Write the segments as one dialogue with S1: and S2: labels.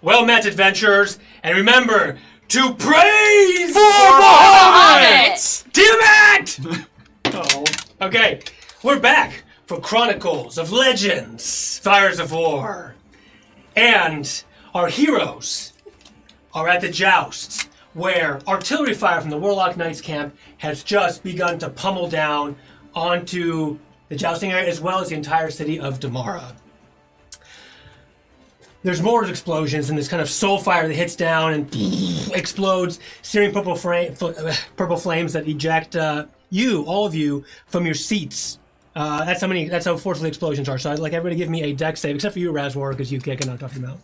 S1: well met, adventurers, and remember to praise
S2: Bahamut!
S1: Damn it! oh. Okay, we're back for Chronicles of Legends, Fires of War. And our heroes are at the jousts, where artillery fire from the Warlock Knights camp has just begun to pummel down onto the jousting area as well as the entire city of Damara. There's more explosions and this kind of soul fire that hits down and explodes, searing purple, fra- fl- uh, purple flames that eject uh, you, all of you, from your seats. Uh, that's how many. That's how forceful the explosions are. So I'd like everybody to give me a deck save, except for you, Razwar, because you can't get knocked off your mount.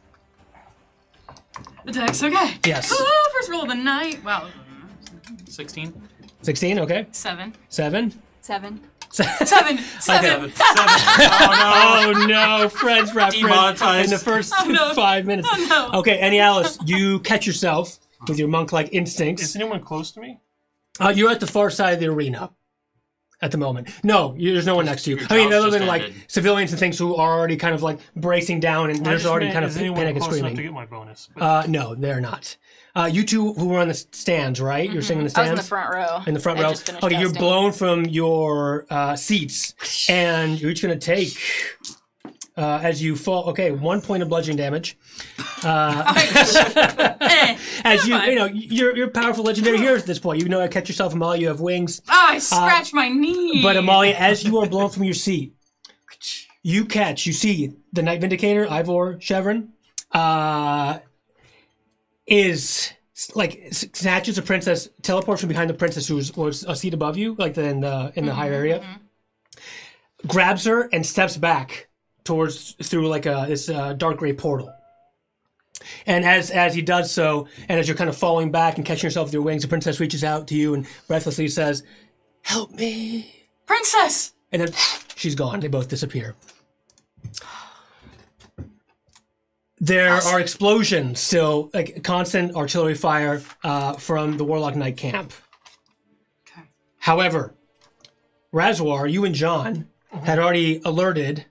S2: The deck's okay.
S1: Yes.
S2: Ooh, first roll of the night. Wow.
S3: 16?
S1: Sixteen. Okay.
S2: Seven.
S1: Seven.
S4: Seven.
S2: Seven. Seven.
S1: Seven. oh no, Fred's reference
S3: Demonetized.
S1: in the first
S2: no.
S1: five minutes.
S2: Oh, no.
S1: Okay, Annie Alice, you catch yourself with your monk-like
S5: Is
S1: instincts.
S5: anyone close to me?
S1: Uh, you're at the far side of the arena at the moment. No, you, there's no one next to you.
S3: Your
S1: I mean,
S3: job's
S1: other
S3: just
S1: than like
S3: ended.
S1: civilians and things who are already kind of like bracing down, and
S5: I
S1: there's
S5: just
S1: already
S5: meant,
S1: kind of
S5: is
S1: pa-
S5: anyone
S1: panic and
S5: close enough to
S1: screaming.
S5: get my bonus? But
S1: Uh, no, they're not. Uh, you two who were on the s- stands, right?
S5: Mm-hmm.
S1: You're sitting on the
S4: I
S1: stands
S4: was in the front row.
S1: in the front
S4: I
S1: row.
S4: just finished
S1: Okay, you're
S4: jousting.
S1: blown from your uh, seats, and you're each going to take uh, as you fall. Okay, one point of bludgeoning damage.
S2: Eh.
S1: As you,
S2: fine.
S1: you know, you're you're powerful legendary heroes at this point. You know, how to catch yourself, Amalia. You have wings,
S2: Ah, I scratched my knee.
S1: Uh, but Amalia, as you are blown from your seat, you catch. You see the Night Vindicator, Ivor Chevron, uh, is like snatches a princess, teleports from behind the princess who's was a seat above you, like in the in the higher area, grabs her and steps back towards through like a this uh, dark gray portal. And as as he does so, and as you're kind of falling back and catching yourself with your wings, the princess reaches out to you and breathlessly says, "Help me."
S2: Princess.
S1: And then she's gone. They both disappear. There are explosions still, like constant artillery fire uh, from the Warlock Knight camp.
S2: Okay.
S1: However, Razwar, you and John had already alerted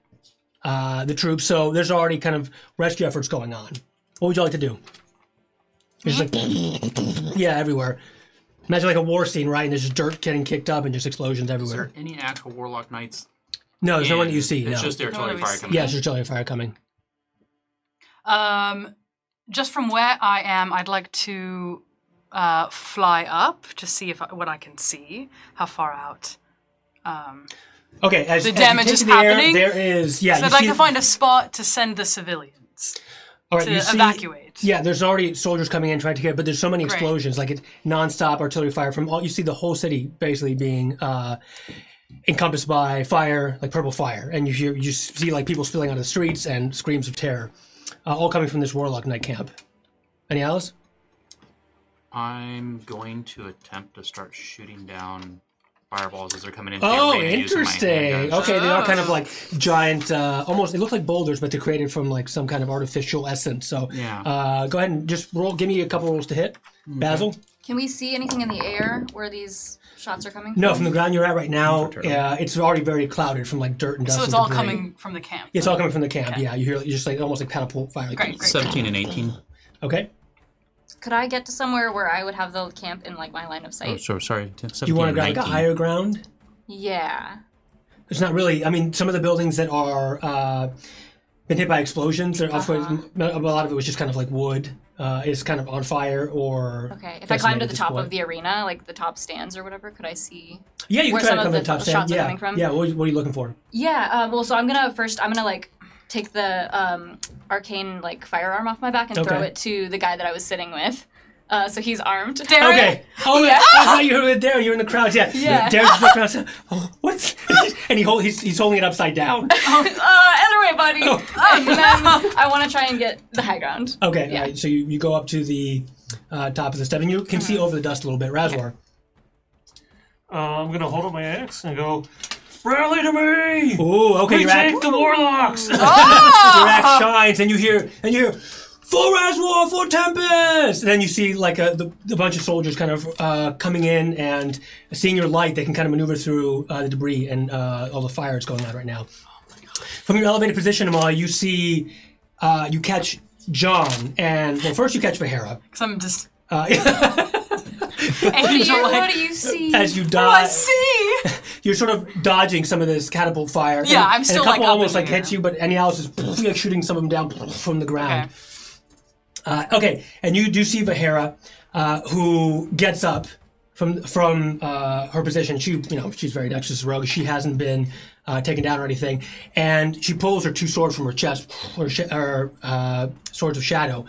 S1: uh, the troops, so there's already kind of rescue efforts going on. What would you like to do? There's like, yeah, everywhere. Imagine like a war scene, right? And there's just dirt getting kicked up and just explosions
S3: Is there
S1: everywhere.
S3: any actual Warlock Knights?
S1: No, there's no one that you
S3: in-
S1: see.
S3: It's
S1: no.
S3: just their
S2: No one
S3: artillery
S2: that we
S3: fire
S2: see.
S3: coming.
S1: Yeah, it's just artillery fire coming.
S2: Um, just from where I am, I'd like to uh, fly up to see if I, what I can see, how far out. Um,
S1: Okay, as
S2: The
S1: as you
S2: damage
S1: take
S2: is
S1: to the air,
S2: happening.
S1: there is yeah.
S2: so
S1: you
S2: I'd like
S1: see-
S2: to find a spot to send the civilians
S1: all right,
S2: to
S1: you see-
S2: evacuate.
S1: Yeah, there's already soldiers coming in trying to get, but there's so many explosions, like it's nonstop artillery fire from all. You see the whole city basically being uh, encompassed by fire, like purple fire, and you hear you see like people spilling out of the streets and screams of terror, uh, all coming from this warlock night camp. Any else?
S3: I'm going to attempt to start shooting down fireballs as they're coming in.
S1: Oh,
S3: They're ready to use my hand
S1: interesting.
S3: guns.
S1: Okay, they are kind of
S2: Oh.
S1: like giant, uh, almost. They look like boulders, but they're created from like some kind of artificial essence. So,
S3: Yeah.
S1: uh, go ahead and just roll. Give me a couple rolls to hit, Basil.
S4: Can we see anything in the air where these shots are coming?
S1: No, from the ground you're at right now, uh, it's already very clouded from like dirt and dust.
S2: So it's
S1: and
S2: all
S1: debris.
S2: coming from the camp.
S1: It's all coming from the camp. Yeah, you hear just like almost like catapult fire. like-
S2: Great, great.
S3: 17 and 18.
S1: Okay.
S4: Could I get to somewhere where I would have the camp in like my line of
S3: Oh,
S4: sight?
S3: so sorry. t- 17
S1: Do you want to
S3: and
S1: grab like a
S3: 19.
S1: higher ground?
S4: Yeah.
S1: It's not really. I mean, some of the buildings that are uh, been hit by explosions, or of course,
S2: Uh-huh.
S1: m- a lot of it was just kind of like wood. Uh, is kind of on fire or
S4: Okay. If I climb
S1: decimated
S4: to
S1: at
S4: the
S1: this
S4: top
S1: point.
S4: of the arena, like the top stands or whatever, could I see?
S1: yeah, you can try
S4: where
S1: to come
S4: some of
S1: to
S4: the
S1: the top
S4: shots
S1: stand.
S4: are
S1: yeah,
S4: coming from.
S1: yeah. What, what are you looking for?
S4: Yeah. Uh, well, so I'm gonna first. I'm gonna like take the um, arcane like firearm off my back and throw
S1: Okay.
S4: it to the guy that I was sitting with. Uh, so he's armed.
S2: Darren,
S1: Okay. Oh, yeah. I thought you were there. You're in the crowd. Yeah.
S4: Yeah.
S1: Derek's looking outside. Oh, what? and he hold, he's, he's holding it upside down.
S4: uh, either way, buddy.
S1: Oh.
S4: And then I want to try and get the high ground.
S1: Okay.
S4: Yeah.
S1: all right, so you, you go up to the uh, top of the step and you
S4: Mm-hmm.
S1: can see over the dust a little bit. Razwar.
S5: uh, I'm gonna hold up my axe and go, rally to me!
S1: Ooh, okay.
S5: We
S1: Your axe,
S5: take the warlocks.
S1: your axe shines and you hear, and you hear, for Razwar, for Tempest! And then you see like a, the, the bunch of soldiers kind of uh, coming in and seeing your light, they can kind of maneuver through uh, the debris and uh, all the fire that's going on right now. From your elevated position, Amal, you see, uh, you catch John, and well, first you catch Vahera.
S2: Because I'm just.
S1: Uh,
S4: What do you,
S2: Angel, like-
S4: what do you see?
S1: as you
S2: Oh, I
S1: die,
S2: see!
S1: you're sort of dodging some of this catapult fire.
S2: Yeah, I'm
S1: and,
S2: still,
S1: and a couple
S2: like, up
S1: almost
S2: in
S1: like
S2: the
S1: hits
S2: air.
S1: you, but any else is like shooting some of them down from the ground.
S2: Okay.
S1: Uh, okay, and you do see Vahera, uh, who gets up from from uh, her position. She, you know, she's very dexterous rogue. She hasn't been uh, taken down or anything, and she pulls her two swords from her chest, her, sh- her uh, swords of shadow,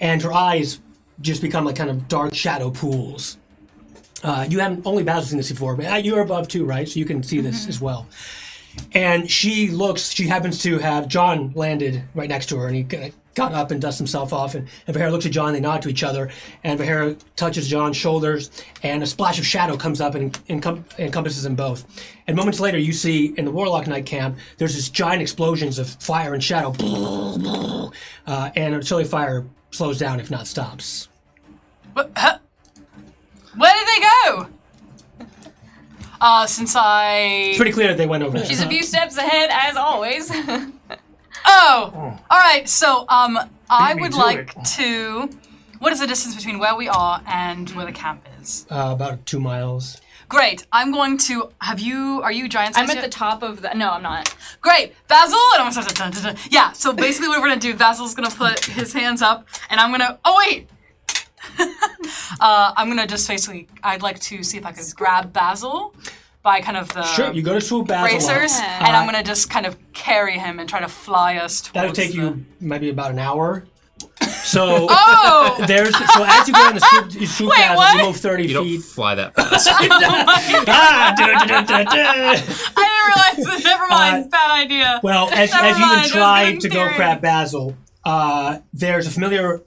S1: and her eyes just become like kind of dark shadow pools. Uh, you haven't only Basil's seen this before, but uh, you're above too, right? So you can see this as well. And she looks, she happens to have John landed right next to her, and he kind of got up and dusts himself off. And, and Vahera looks at John, they nod to each other, and Vahera touches John's shoulders, and a splash of shadow comes up and encom- encompasses them both. And moments later, you see in the Warlock Knight camp, there's this giant explosions of fire and shadow, uh, and artillery fire slows down, if not stops.
S2: But, huh? Where did they go? Uh, since I.
S1: Pretty clear that they went over there.
S4: She's a few steps ahead, as always.
S2: Oh, all right. So, um, I
S5: me
S2: would
S5: to
S2: like
S5: it.
S2: to. What is the distance between where we are and where the camp is?
S1: uh, about two miles.
S2: Great. I'm going to. Have you? Are you giant?
S4: I'm
S2: size
S4: at the
S2: yet?
S4: top of the. No, I'm not.
S2: Great, Basil. And I'm gonna, dun, dun, dun. Yeah. So basically, what we're gonna do, Basil's gonna put his hands up, and I'm gonna. Oh wait. uh, I'm gonna just basically. I'd like to see if I could grab Basil by kind of the
S1: Sure, you go to swoop Basil. up.
S2: bracers,
S4: Yeah.
S2: and I'm
S1: Uh,
S2: gonna just kind of carry him and try to fly us. Towards
S1: That'll take
S2: the-
S1: you maybe about an hour. So
S2: Oh.
S1: there's so as you go on the swoop, you swoop
S2: Wait,
S1: down,
S2: what?
S1: you move thirty
S6: You don't
S1: feet.
S6: fly that fast.
S1: Ah, da-da-da-da-da.
S2: I didn't realize. Never mind. bad idea.
S1: Uh, well, as,
S2: Never
S1: as you
S2: mind, I
S1: even
S2: was
S1: try
S2: getting
S1: to go
S2: theory.
S1: grab Basil, uh, there's a familiar,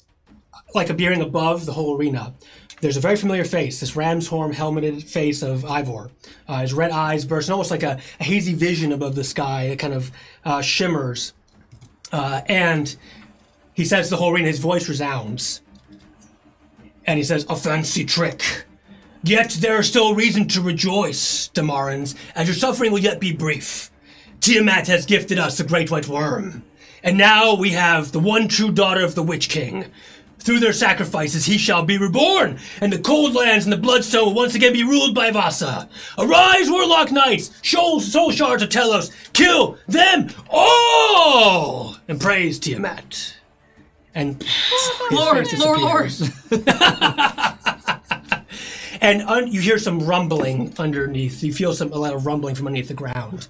S1: like appearing above the whole arena. There's a very familiar face, this ram's horn helmeted face of Ivor. Uh, his red eyes burst, and almost like a, a hazy vision above the sky. It kind of uh, shimmers, uh, and he says to the whole arena. His voice resounds, and he says, "A fancy trick." Yet there is still reason to rejoice, Damarans, as your suffering will yet be brief. Tiamat has gifted us the Great White Worm, and now we have the one true daughter of the Witch King. Through their sacrifices, he shall be reborn, and the cold lands and the bloodstone will once again be ruled by Vasa. Arise, warlock knights, soul, soul shards of Telos, kill them all, and praise Tiamat. And his
S2: Lord,
S1: face
S2: Lord, Lord.
S1: disappears. and un- you hear some rumbling underneath. You feel some a lot of rumbling from underneath the ground,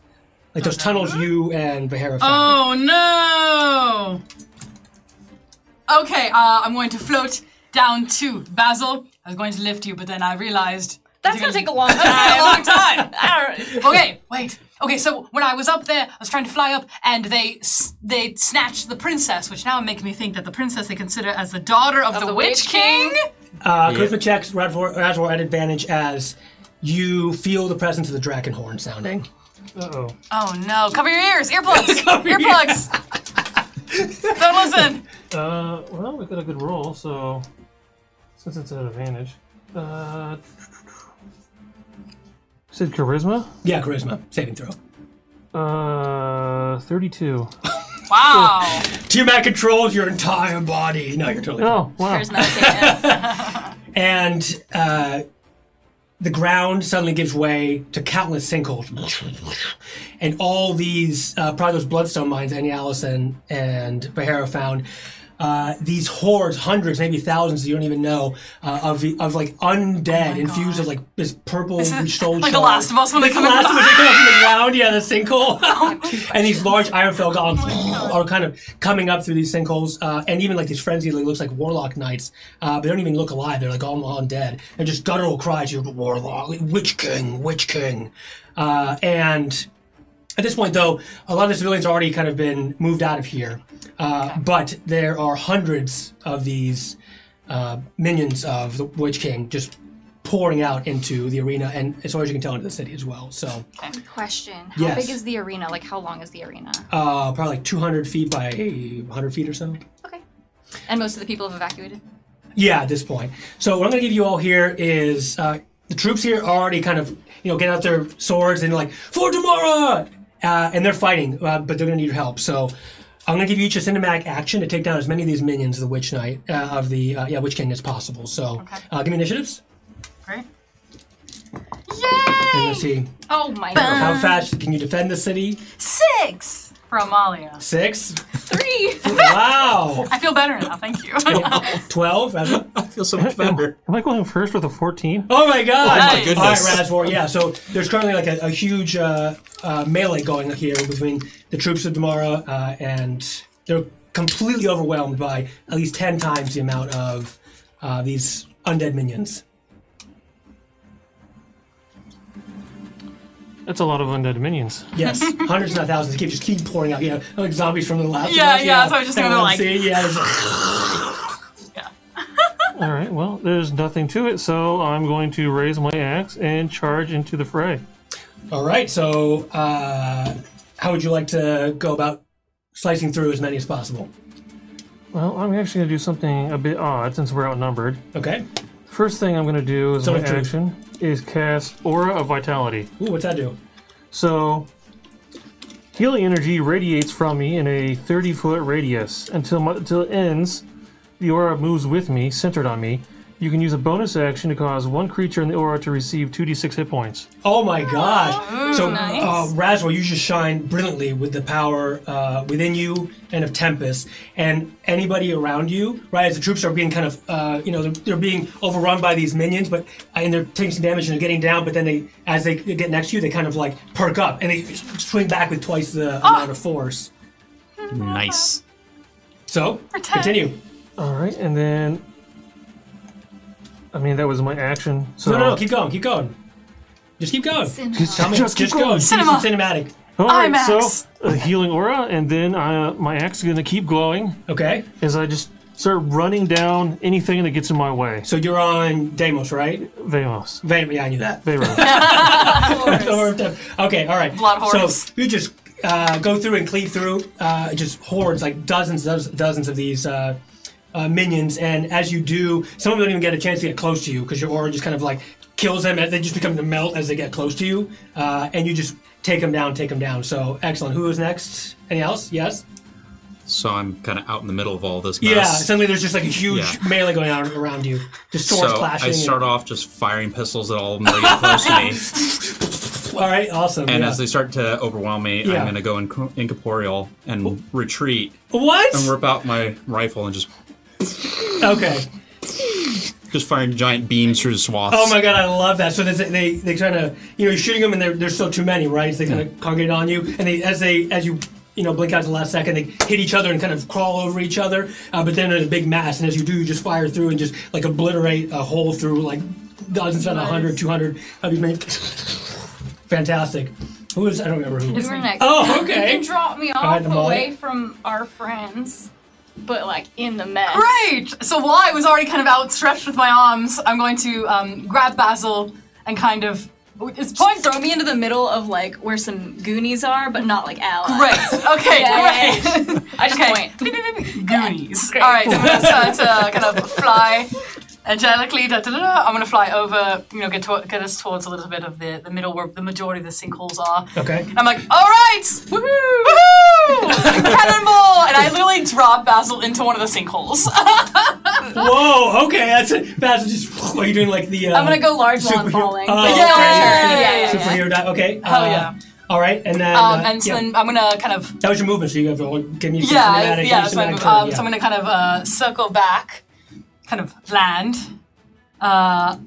S1: like those tunnels you and Vahera found.
S2: Oh no! Okay, uh, I'm going to float down to Basil. I was going to lift you, but then I realized
S4: That's gonna take a long time.
S2: a long time.
S4: I don't-
S2: Okay, wait. Okay, so when I was up there, I was trying to fly up, and they s- they snatched the princess, which now makes me think that the princess they consider as the daughter of, the,
S4: the
S2: Witch
S4: Witch
S2: King.
S1: Uh, Charisma checks Radvor, Radvor at advantage as you feel the presence of the dragon horn sounding.
S5: Uh oh.
S2: Oh no! Cover your ears, earplugs, earplugs. Don't listen.
S5: Uh, well, we got a good roll, so since it's at advantage, uh, said charisma,
S1: Yeah, charisma saving throw.
S5: uh, thirty-two.
S2: Wow.
S1: Tiamat controls your entire body. No, you're totally.
S5: Oh wow!
S4: There's another thing.
S1: and uh, the ground suddenly gives way to countless sinkholes, and all these uh, probably those bloodstone mines Annie Allison and Bahara found. Uh, these hordes, hundreds, maybe thousands, you don't even know, uh, of the, of like
S2: Oh
S1: undead infused with like this purple soul
S2: like The Last of Us when they come in
S1: last
S2: from
S1: of
S2: the-
S1: us they come up from the ground, yeah, the sinkhole. and these large iron fell goblins are kind of coming up through these sinkholes. Uh, and even like these frenzied, like, looks like warlock knights. Uh, but they don't even look alive. They're like all, all dead. And just guttural cries, you're warlock, witch king, witch king. Uh, and at this point, though, a lot of the civilians have already kind of been moved out of here. Uh, But there are hundreds of these uh, minions of the Witch King just pouring out into the arena and, as far as you can tell, into the city as well. So,
S4: Question: How
S1: Yes.
S4: big is the arena? Like, how long is the arena?
S1: uh, probably like 200 feet by 100 feet or so.
S4: Okay. And most of the people have evacuated.
S1: Yeah, at this point. So what I'm going to give you all here is uh, the troops here are already kind of you know getting out their swords and like for tomorrow, uh, and they're fighting, uh, but they're going to need your help. So I'm gonna give you each a cinematic action to take down as many of these minions of the Witch Knight uh, of the uh, yeah Witch King as possible. So
S2: Okay.
S1: uh, give me initiatives.
S2: Great.
S1: And
S2: Yay!
S1: let's see
S4: Oh my
S2: Bum.
S4: god.
S1: how fast can you defend the city.
S2: Six for Amalia.
S1: Six.
S4: Three.
S1: Wow.
S2: I feel better now. Thank you.
S1: Twelve. Ezra?
S3: I feel so much better.
S5: Am I going first with a 14?
S1: Oh my god!
S2: my
S1: All right,
S3: goodness.
S1: Razvor. Yeah, so there's currently like a, a huge uh, uh, melee going here between the troops of Damara, uh, and they're completely overwhelmed by at least ten times the amount of uh, these undead minions.
S5: That's a lot of undead minions.
S1: Yes, hundreds not thousands. Keep just keep pouring out. Yeah, like zombies from the left.
S2: Yeah,
S1: left,
S2: yeah, that's what I was just gonna
S1: Everyone
S2: like-
S1: see, yeah, it's-
S5: All right, well, there's nothing to it, so I'm going to raise my axe and charge into the fray.
S1: All right. So, uh, how would you like to go about slicing through as many as possible?
S5: Well, I'm actually going to do something a bit odd since we're outnumbered.
S1: Okay.
S5: First thing I'm going to do as
S1: So
S5: my
S1: true.
S5: action is cast Aura of Vitality.
S1: Ooh, what's that do?
S5: So, healing energy radiates from me in a 30 foot radius. Until, my, until it ends, the aura moves with me, centered on me. You can use a bonus action to cause one creature in the aura to receive 2d6 hit points.
S1: Oh my gosh! so,
S4: Mm, nice.
S1: uh, Razwell, you just shine brilliantly with the power uh, within you and of Tempest, and anybody around you. Right as the troops are being kind of, uh, you know, they're, they're being overrun by these minions, but uh, and they're taking some damage and they're getting down. But then they, as they get next to you, they kind of like perk up and they swing back with twice the
S4: Oh!
S1: amount of force.
S3: Nice.
S1: So,
S2: Pretend.
S1: continue.
S5: All right, and then. I mean, that was my action. So
S1: No, no, no, keep going, keep going. Just keep going.
S4: Cinema.
S1: Tell me, just,
S5: Just keep
S1: go.
S5: going.
S1: Do some
S2: Cinema.
S1: Cinematic.
S5: All right,
S2: I'm axe.
S5: so a healing aura, and then uh, my axe is gonna keep glowing
S1: Okay.
S5: as I just start running down anything that gets in my way.
S1: So you're on Deimos, right?
S5: Vamos,
S1: Vayne, yeah, I knew that.
S5: Vamos.
S1: Or- okay, all right.
S2: Blood hordes.
S1: So you just uh, go through and cleave through uh, just hordes, like dozens, dozens, dozens of these uh, uh, minions. And as you do, some of them don't even get a chance to get close to you because your aura just kind of like kills them as they just become to melt as they get close to you. Uh, and you just take them down, take them down. So excellent. Who is next? Any else? Yes.
S3: So I'm kind of out in the middle of all this
S1: Yeah.
S3: mess.
S1: Suddenly there's just like a huge
S3: Yeah.
S1: melee going on around you. Just swords
S3: so
S1: clashing.
S3: I
S1: and-
S3: start off just firing pistols at all of them that get close to me,
S1: all right. Awesome.
S3: and
S1: yeah.
S3: as they start to overwhelm me,
S1: Yeah.
S3: I'm gonna go inc- incorporeal and retreat
S1: what?
S3: and rip out my rifle and just
S1: Okay.
S3: just firing giant beams through the swaths.
S1: Oh my god, I love that. So they they, they kind of you know you're shooting them and there- there's still too many, right? So they kind of congregate on you, and they as they as you you know blink out to the last second, they hit each other and kind of crawl over each other. Uh, but then in a big mass, and as you do, you just fire through and just like obliterate a hole through like dozens, not 100, 200 of these men. Fantastic. Who is I don't remember who.
S4: We were next.
S1: Oh,
S4: You
S1: okay.
S4: can drop me
S1: Hide
S4: off
S1: them all.
S4: away from our friends, but like in the mess.
S2: Right. So while I was already kind of outstretched with my arms, I'm going to um, grab Basil and kind of. It's
S4: Probably
S2: point
S4: throw me into the middle of like where some Goonies are, but not like allies.
S2: Right. Okay.
S4: Yeah,
S2: great.
S4: yeah, I just
S2: Okay.
S4: point.
S2: Goonies. All right. So I'm gonna start to uh, kind of fly angelically. Da, da, da, da. I'm gonna fly over. You know, get to, get us towards a little bit of the, the middle where the majority of the sinkholes are.
S1: Okay.
S2: And I'm like, all right, woohoo, woohoo, cannonball! And I literally drop Basil into one of the sinkholes.
S1: Whoa. Okay. That's it. That's just. Are you doing like the? Uh,
S4: I'm gonna go large while I'm
S1: superhero-
S4: falling.
S1: Oh,
S4: but
S1: okay.
S2: Yeah, yeah,
S4: yeah,
S2: yeah,
S4: yeah.
S1: Superhero. die- Okay.
S2: Hell
S1: uh,
S2: yeah.
S1: All right, and then
S2: um,
S1: uh,
S2: and so
S1: yeah.
S2: then I'm gonna kind of
S1: That was your movement, so you have to like, give me some
S2: yeah, I-
S1: cinematic,
S2: yeah.
S1: give
S2: So,
S1: me
S2: I'm,
S1: cinematic
S2: um,
S1: turn,
S2: so I'm gonna kind of uh, circle back, kind of land, uh,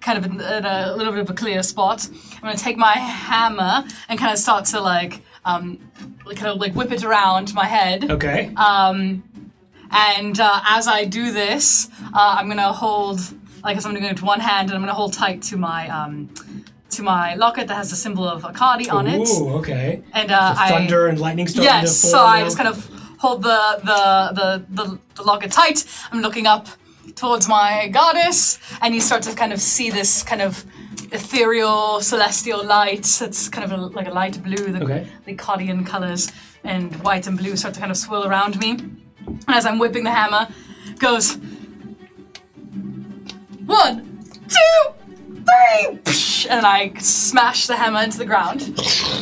S2: kind of in, in a little bit of a clear spot. I'm gonna take my hammer and kind of start to like, um, like, kind of like whip it around my head.
S1: yeah. Okay.
S2: Um, and uh, as I do this, uh, I'm gonna hold like I'm gonna go with one hand and I'm gonna hold tight to my um, to my locket that has the symbol of Akadi on it.
S1: Ooh, okay.
S2: And uh, I-
S1: Thunder and lightning starting
S2: Yes,
S1: to
S2: so
S1: form.
S2: I just kind of hold the the the the, the locket tight. I'm looking up towards my goddess, and you start to kind of see this kind of ethereal celestial light that's kind of a, like a light blue, the,
S1: Okay.
S2: the cardigan colors and white and blue start to kind of swirl around me. And as I'm whipping the hammer, goes one, two, three, psh, and I smash the hammer into the ground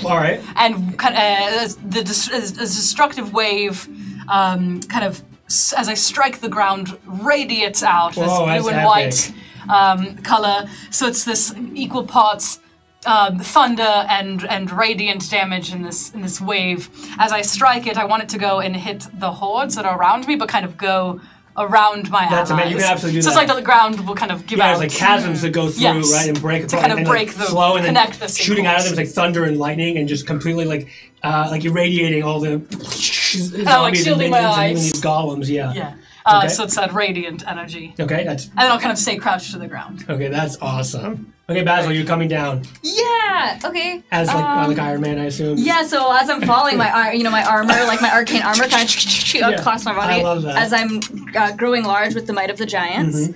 S1: All right.
S2: and kind uh, the des- a destructive wave um, kind of s- as I strike the ground, radiates out this
S1: Whoa, that's
S2: blue and
S1: epic.
S2: white um, color. So it's this equal parts um, thunder and and radiant damage in this in this wave. As I strike it, I want it to go and hit the hordes that are around me, but kind of go around my
S1: That's
S2: allies.
S1: amazing. You can absolutely do
S2: so
S1: that.
S2: it's like the ground will kind of give
S1: Yeah,
S2: out.
S1: there's like chasms that go through,
S2: Yes.
S1: right, and break
S2: To
S1: apart,
S2: kind of
S1: and, like,
S2: break the-
S1: flow, and
S2: connect
S1: then
S2: the
S1: shooting out of them is
S2: sequels.
S1: like thunder and lightning, and just completely like, uh, like irradiating all the zombies and
S2: Oh, shielding my
S1: minions and even
S2: eyes.
S1: these golems. Yeah.
S2: Yeah. Uh,
S1: Okay.
S2: So it's that radiant energy.
S1: Okay, that's
S2: And then I'll kind of stay crouched to the ground.
S1: okay. That's awesome. Okay, Basil, you're coming down
S4: Yeah. Okay.
S1: as like uh,
S4: Um,
S1: like Iron Man, I assume.
S4: Yeah, so as I'm falling, my ar- you know my armor, like my arcane armor, kind of across my body
S1: I love that. Mm-hmm.
S4: as I'm uh, growing large with the might of the giants,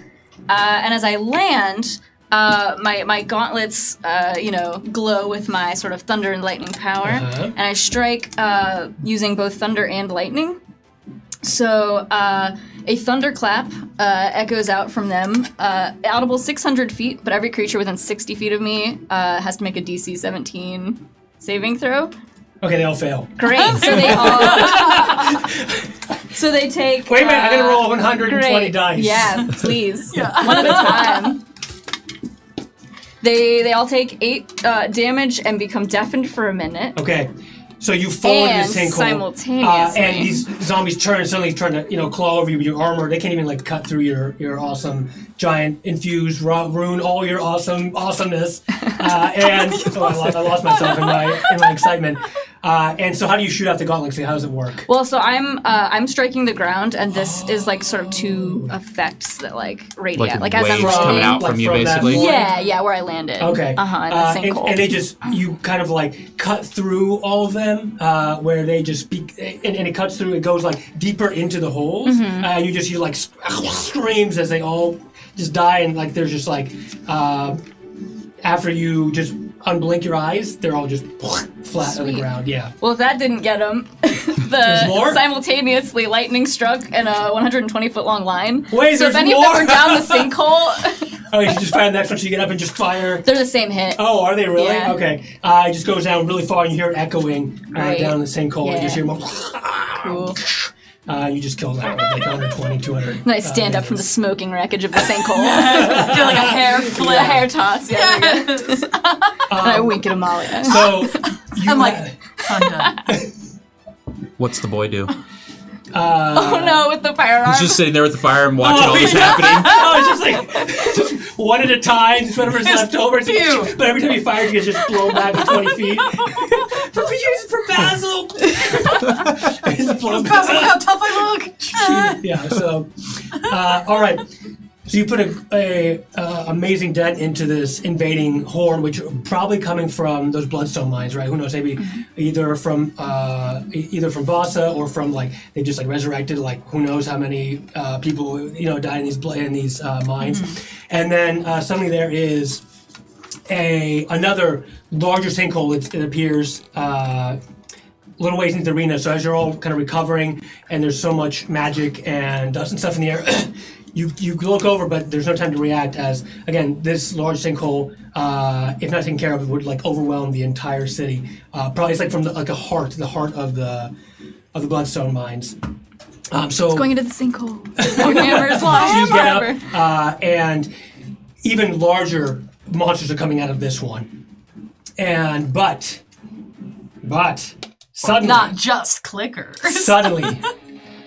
S4: uh, and as I land, uh, my my gauntlets, uh, you know, glow with my sort of thunder and lightning power,
S1: Uh-huh.
S4: and I strike uh, using both thunder and lightning. So uh, a thunderclap uh, echoes out from them, uh, audible 600 feet, but every creature within 60 feet of me uh, has to make a DC 17 saving throw.
S1: Okay, they all fail.
S4: Great. So they all. so they take.
S1: Wait a minute, I'm gonna
S4: uh,
S1: roll 120
S4: Great.
S1: dice.
S4: Yeah, please. One at a time. They they all take eight uh, damage and become deafened for a minute.
S1: Okay. So you fall
S4: And
S1: into this sinkhole, uh,
S4: simultaneously.
S1: and these zombies turn suddenly, trying to you know claw over you with your armor. They can't even like cut through your your awesome giant infused ru- rune, all your awesome awesomeness. Uh, and oh, I, lost, I lost myself in my in my excitement. Uh, and so, how do you shoot out the gauntlet? See, how does it work?
S4: Well, so I'm uh, I'm striking the ground, and this is like sort of two effects that like radiate,
S3: Like
S4: like, as I'm
S3: waves coming
S4: landing.
S3: out
S1: Like
S3: from you,
S1: from that
S3: basically.
S1: wall?
S4: Yeah, yeah, where I landed.
S1: Okay.
S4: Uh huh. In the
S1: Uh, and,
S4: sinkhole.
S1: and they just you kind of like cut through all of them, uh, where they just be, and, and it cuts through. It goes like deeper into the holes,
S4: Mm-hmm.
S1: uh, and you just hear like screams as they all just die, and like there's just like uh, after you just unblink your eyes, they're all just flat on the
S4: Sweet.
S1: ground. Yeah.
S4: well, if that didn't get them,
S1: There's
S4: the
S1: more?
S4: simultaneously lightning struck in a 120 foot long line.
S1: Wait,
S4: so
S1: there's
S4: if any of
S1: more?
S4: them were down the sinkhole,
S1: Oh, you should just find the next one. So you get up and just fire.
S4: they're the same hit.
S1: Oh, are they really?
S4: Yeah.
S1: Okay. Uh, it just goes down really far, and you hear it echoing uh,
S4: Great.
S1: down in the sinkhole. You
S4: Yeah.
S1: just hear more.
S4: Cool.
S1: Uh, you just killed that one, like 120, 200.
S4: And I stand up from the smoking wreckage of the sinkhole.
S2: Feel like a hair flip.
S4: the hair toss, yeah. there we go. And I wink at Amalia.
S1: So you ha-
S2: I'm like, thunder.
S3: What's the boy do?
S4: oh no, with the firearm.
S3: He's just sitting there with the fire and watching all this
S1: yeah.
S3: happening.
S1: oh, it's just like just one at a time, just whatever's left over. It's-
S2: pew.
S1: But every time you fire, you get just blown back to 20 feet. for use for Basil. It's blown
S2: That's
S1: back.
S2: how tough I look.
S1: yeah. So, uh, all right. So you put a, a uh, amazing dent into this invading horde, which are probably coming from those bloodstone mines, right? Who knows? Maybe either from uh, e- either from Vasa or from like they just like resurrected like who knows how many uh, people you know died in these bl- in these uh, mines, and then uh, suddenly there is a another larger sinkhole. It, it appears uh, little ways into the arena. So as you're all kind of recovering, and there's so much magic and dust and stuff in the air, you you look over, but there's no time to react. As again, this large sinkhole, uh, if not taken care of, would like overwhelm the entire city. Uh, probably it's like from the, like a heart, the heart of the of the bloodstone mines. Um, so
S4: Going into the sinkhole. Your hammer's
S1: you
S4: lost.
S1: get up,
S4: Whatever.
S1: uh, and even larger monsters are coming out of this one. And but but suddenly
S2: Not just clickers.
S1: suddenly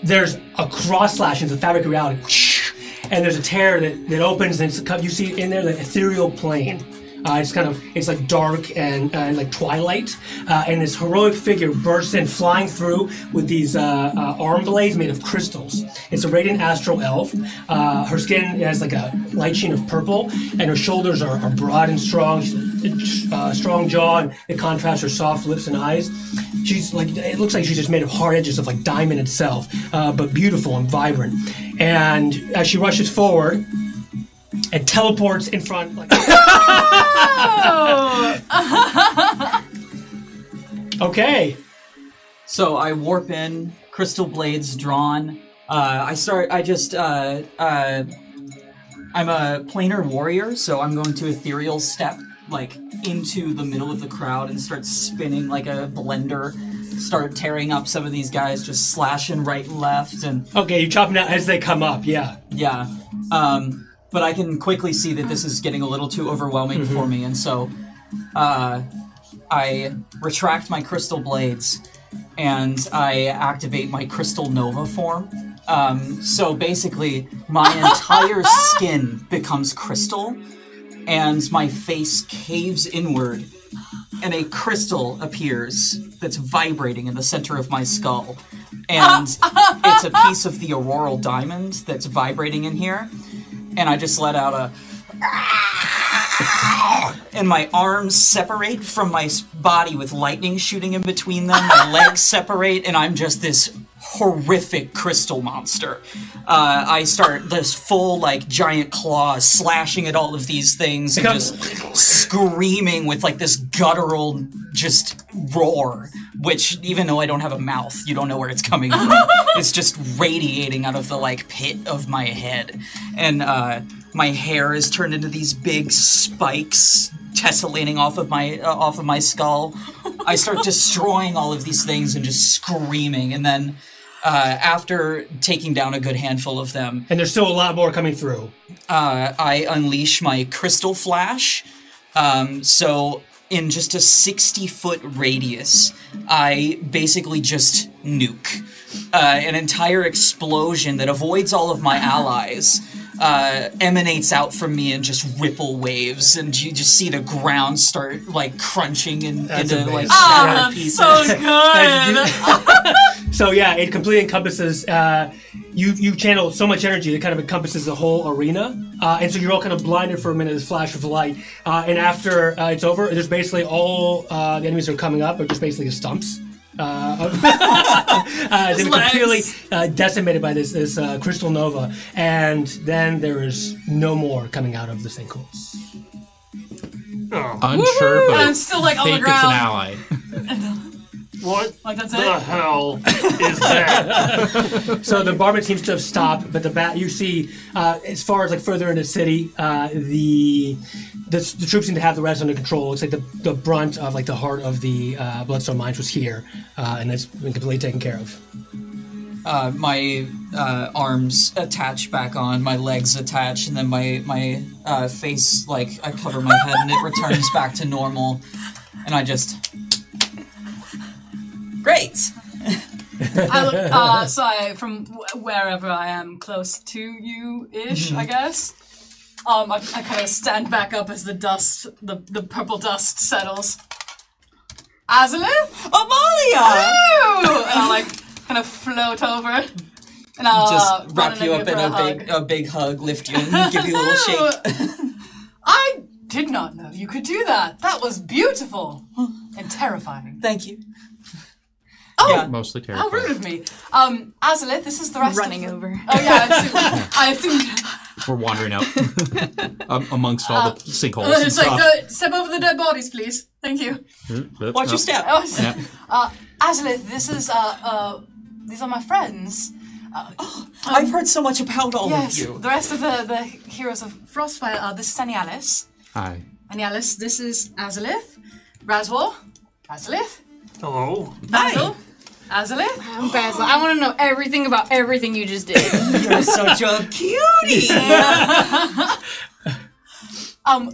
S1: there's a cross slash into fabric of reality and there's a tear that, that opens and it's, co- you see in there the ethereal plane uh, it's kind of it's like dark and uh, like twilight uh, and this heroic figure bursts in flying through with these uh, uh, arm blades made of crystals it's a radiant astral elf uh, her skin has like a light sheen of purple and her shoulders are, are broad and strong She's a, uh, strong jaw and it contrasts her soft lips and eyes she's like it looks like she's just made of hard edges of like diamond itself uh, but beautiful and vibrant and as she rushes forward it teleports in front like okay
S6: So I warp in, crystal blades drawn. Uh, I start. I just. Uh, uh, I'm a planar warrior, so I'm going to ethereal step like into the middle of the crowd and start spinning like a blender, start tearing up some of these guys, just slashing right and left, and
S1: Okay, you chop them out as they come up. Yeah.
S6: yeah. Um, but I can quickly see that this is getting a little too overwhelming for me, and so uh, I retract my crystal blades and I activate my crystal nova form. Um, so basically, my entire skin becomes crystal, and my face caves inward, and a crystal appears that's vibrating in the center of my skull. And it's a piece of the auroral diamond that's vibrating in here, and I just let out a and my arms separate from my s- body with lightning shooting in between them. My legs separate, and I'm just this horrific crystal monster. Uh, I start this full, like, giant claws slashing at all of these things and
S1: Because-
S6: just screaming with, like, this guttural, just roar. Which, even though I don't have a mouth, you don't know where it's coming from. it's just radiating out of the, like, pit of my head. And, uh, my hair is turned into these big spikes tessellating off of my uh, off of my skull. I start destroying all of these things and just screaming, and then uh, after taking down a good handful of them,
S1: And there's still a lot more coming through.
S6: uh, I unleash my crystal flash. Um, so in just a sixty foot radius, I basically just nuke uh, an entire explosion that avoids all of my allies. Uh, emanates out from me in just ripple waves, and you just see the ground start like crunching and
S1: That's
S6: into like
S1: amazing. Ah,
S6: shattered
S2: that's
S6: pieces.
S2: so good.
S1: so yeah, it completely encompasses. Uh, you you channel so much energy that kind of encompasses the whole arena, uh, and so you're all kind of blinded for a minute. This flash of light, uh, and after uh, it's over, there's basically all uh, the enemies that are coming up are just basically stumps. Uh, of- uh, they were
S2: legs.
S1: completely uh, decimated by this this uh, crystal nova, and then there is no more coming out of the sinkholes.
S3: Unsure, but
S2: I'm still, like, on the
S3: think it's an
S2: ground.
S3: ally.
S5: What
S2: Like, that's
S5: the
S2: it?
S5: hell is that?
S1: So the bombardment seems to have stopped, but the bat you see uh, as far as like further into the city, uh, the, the the troops seem to have the rest under control. It's like the, the brunt of like the heart of the uh, Bloodstone Mines was here, uh, and that's been completely taken care of.
S6: uh, my uh, arms attached back on, my legs attached, and then my my uh, face like I cover my head and it returns back to normal, and I just great.
S2: I look, uh, so I, from wh- wherever I am, close to you ish,
S6: Mm-hmm.
S2: I guess. Um, I, I kind of stand back up as the dust, the, the purple dust settles. Azalith?
S6: Amalia,
S2: Oh! And I like kind of float over, and I'll uh,
S6: just
S2: run
S6: wrap
S2: and
S6: you
S2: give
S6: up
S2: her
S6: in a, big
S2: hug. Oh.
S6: a big hug, lift you, and give you a little shake.
S2: I did not know you could do that. That was beautiful and terrifying.
S6: Thank you.
S2: Oh,
S6: Yeah.
S3: Mostly
S2: How
S3: terrifying.
S2: rude of me. Um, Azalith, this is the rest
S4: Running
S2: of the-
S4: over.
S2: Oh yeah, I assumed, I assumed
S3: We're wandering out um, amongst all the sinkholes
S2: Uh,
S3: and
S2: it's like,
S3: stuff.
S2: uh, step over the dead bodies, please. Thank you.
S3: Oop,
S6: Watch
S3: oh.
S6: your step.
S2: Oh, s-
S3: Yeah.
S2: uh, Azalith, this is, uh, uh, these are my friends.
S6: I've heard so much about all
S2: Yes,
S6: of you.
S2: the rest of the, the heroes of Frostfire are, this is Anialis.
S3: Hi.
S2: Anialis, this is Azalith. Razwar, Azalith.
S5: Hello.
S2: Basil, Azalith.
S4: Oh, Basil, I want to know everything about everything you just did.
S6: You're such a cutie.
S2: Um,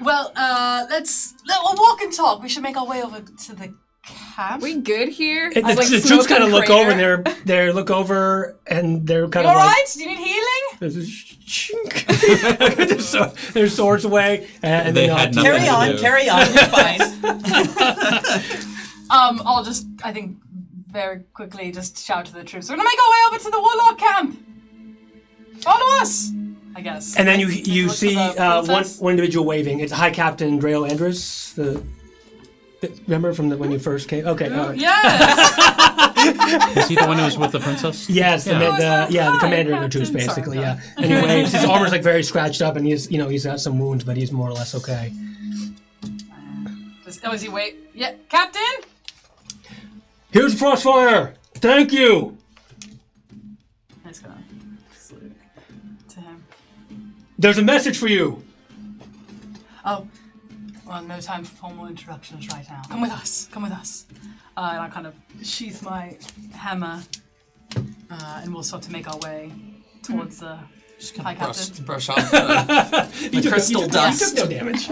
S2: well, uh, let's, let, we'll walk and talk. We should make our way over to the camp.
S4: we good here?
S1: And the,
S4: Like
S1: the
S4: smoke
S1: troops kind of
S4: and
S1: look
S4: crater?
S1: over, and they're they look over, and they're kind
S2: you
S1: of
S2: alright? Do you need healing?
S1: like their, sword- their swords away, and, and
S3: They
S1: they nod
S3: had
S1: to you.
S3: nothing.
S6: carry on, carry on. You're fine.
S2: Um, I'll just, I think, very quickly just shout to the troops. We're gonna make our way over to the warlock camp. Follow us, I guess.
S1: And then you you
S2: Look for
S1: see
S2: the
S1: uh, one
S2: princess.
S1: one individual waving. It's High Captain Drael Andrus. The, the- remember from the, when you first came. Okay. all right.
S2: Yes.
S3: Is he the one who was with the princess?
S1: Yes, the,
S3: Yeah.
S1: ma- the, yeah, the
S2: Hi,
S1: commander of the troops,
S2: Captain. Sorry,
S1: basically,
S2: go
S1: yeah. And he waves. His armor's like very scratched up, and he's, you know, he's got some wounds, but he's more or less okay.
S2: Does- oh, is he wait? Yeah, Captain.
S1: Here's Frostfire. Thank you.
S2: I just gonna salute to him.
S1: There's a message for you.
S2: Oh, Well, no time for formal introductions right now. Come with us. Come with us. Uh, and I kind of sheath my hammer, uh, and we'll start to make our way towards the high
S6: Brush,
S2: captain.
S6: brush off the, the crystal
S1: you took,
S6: dust.
S1: You took no damage.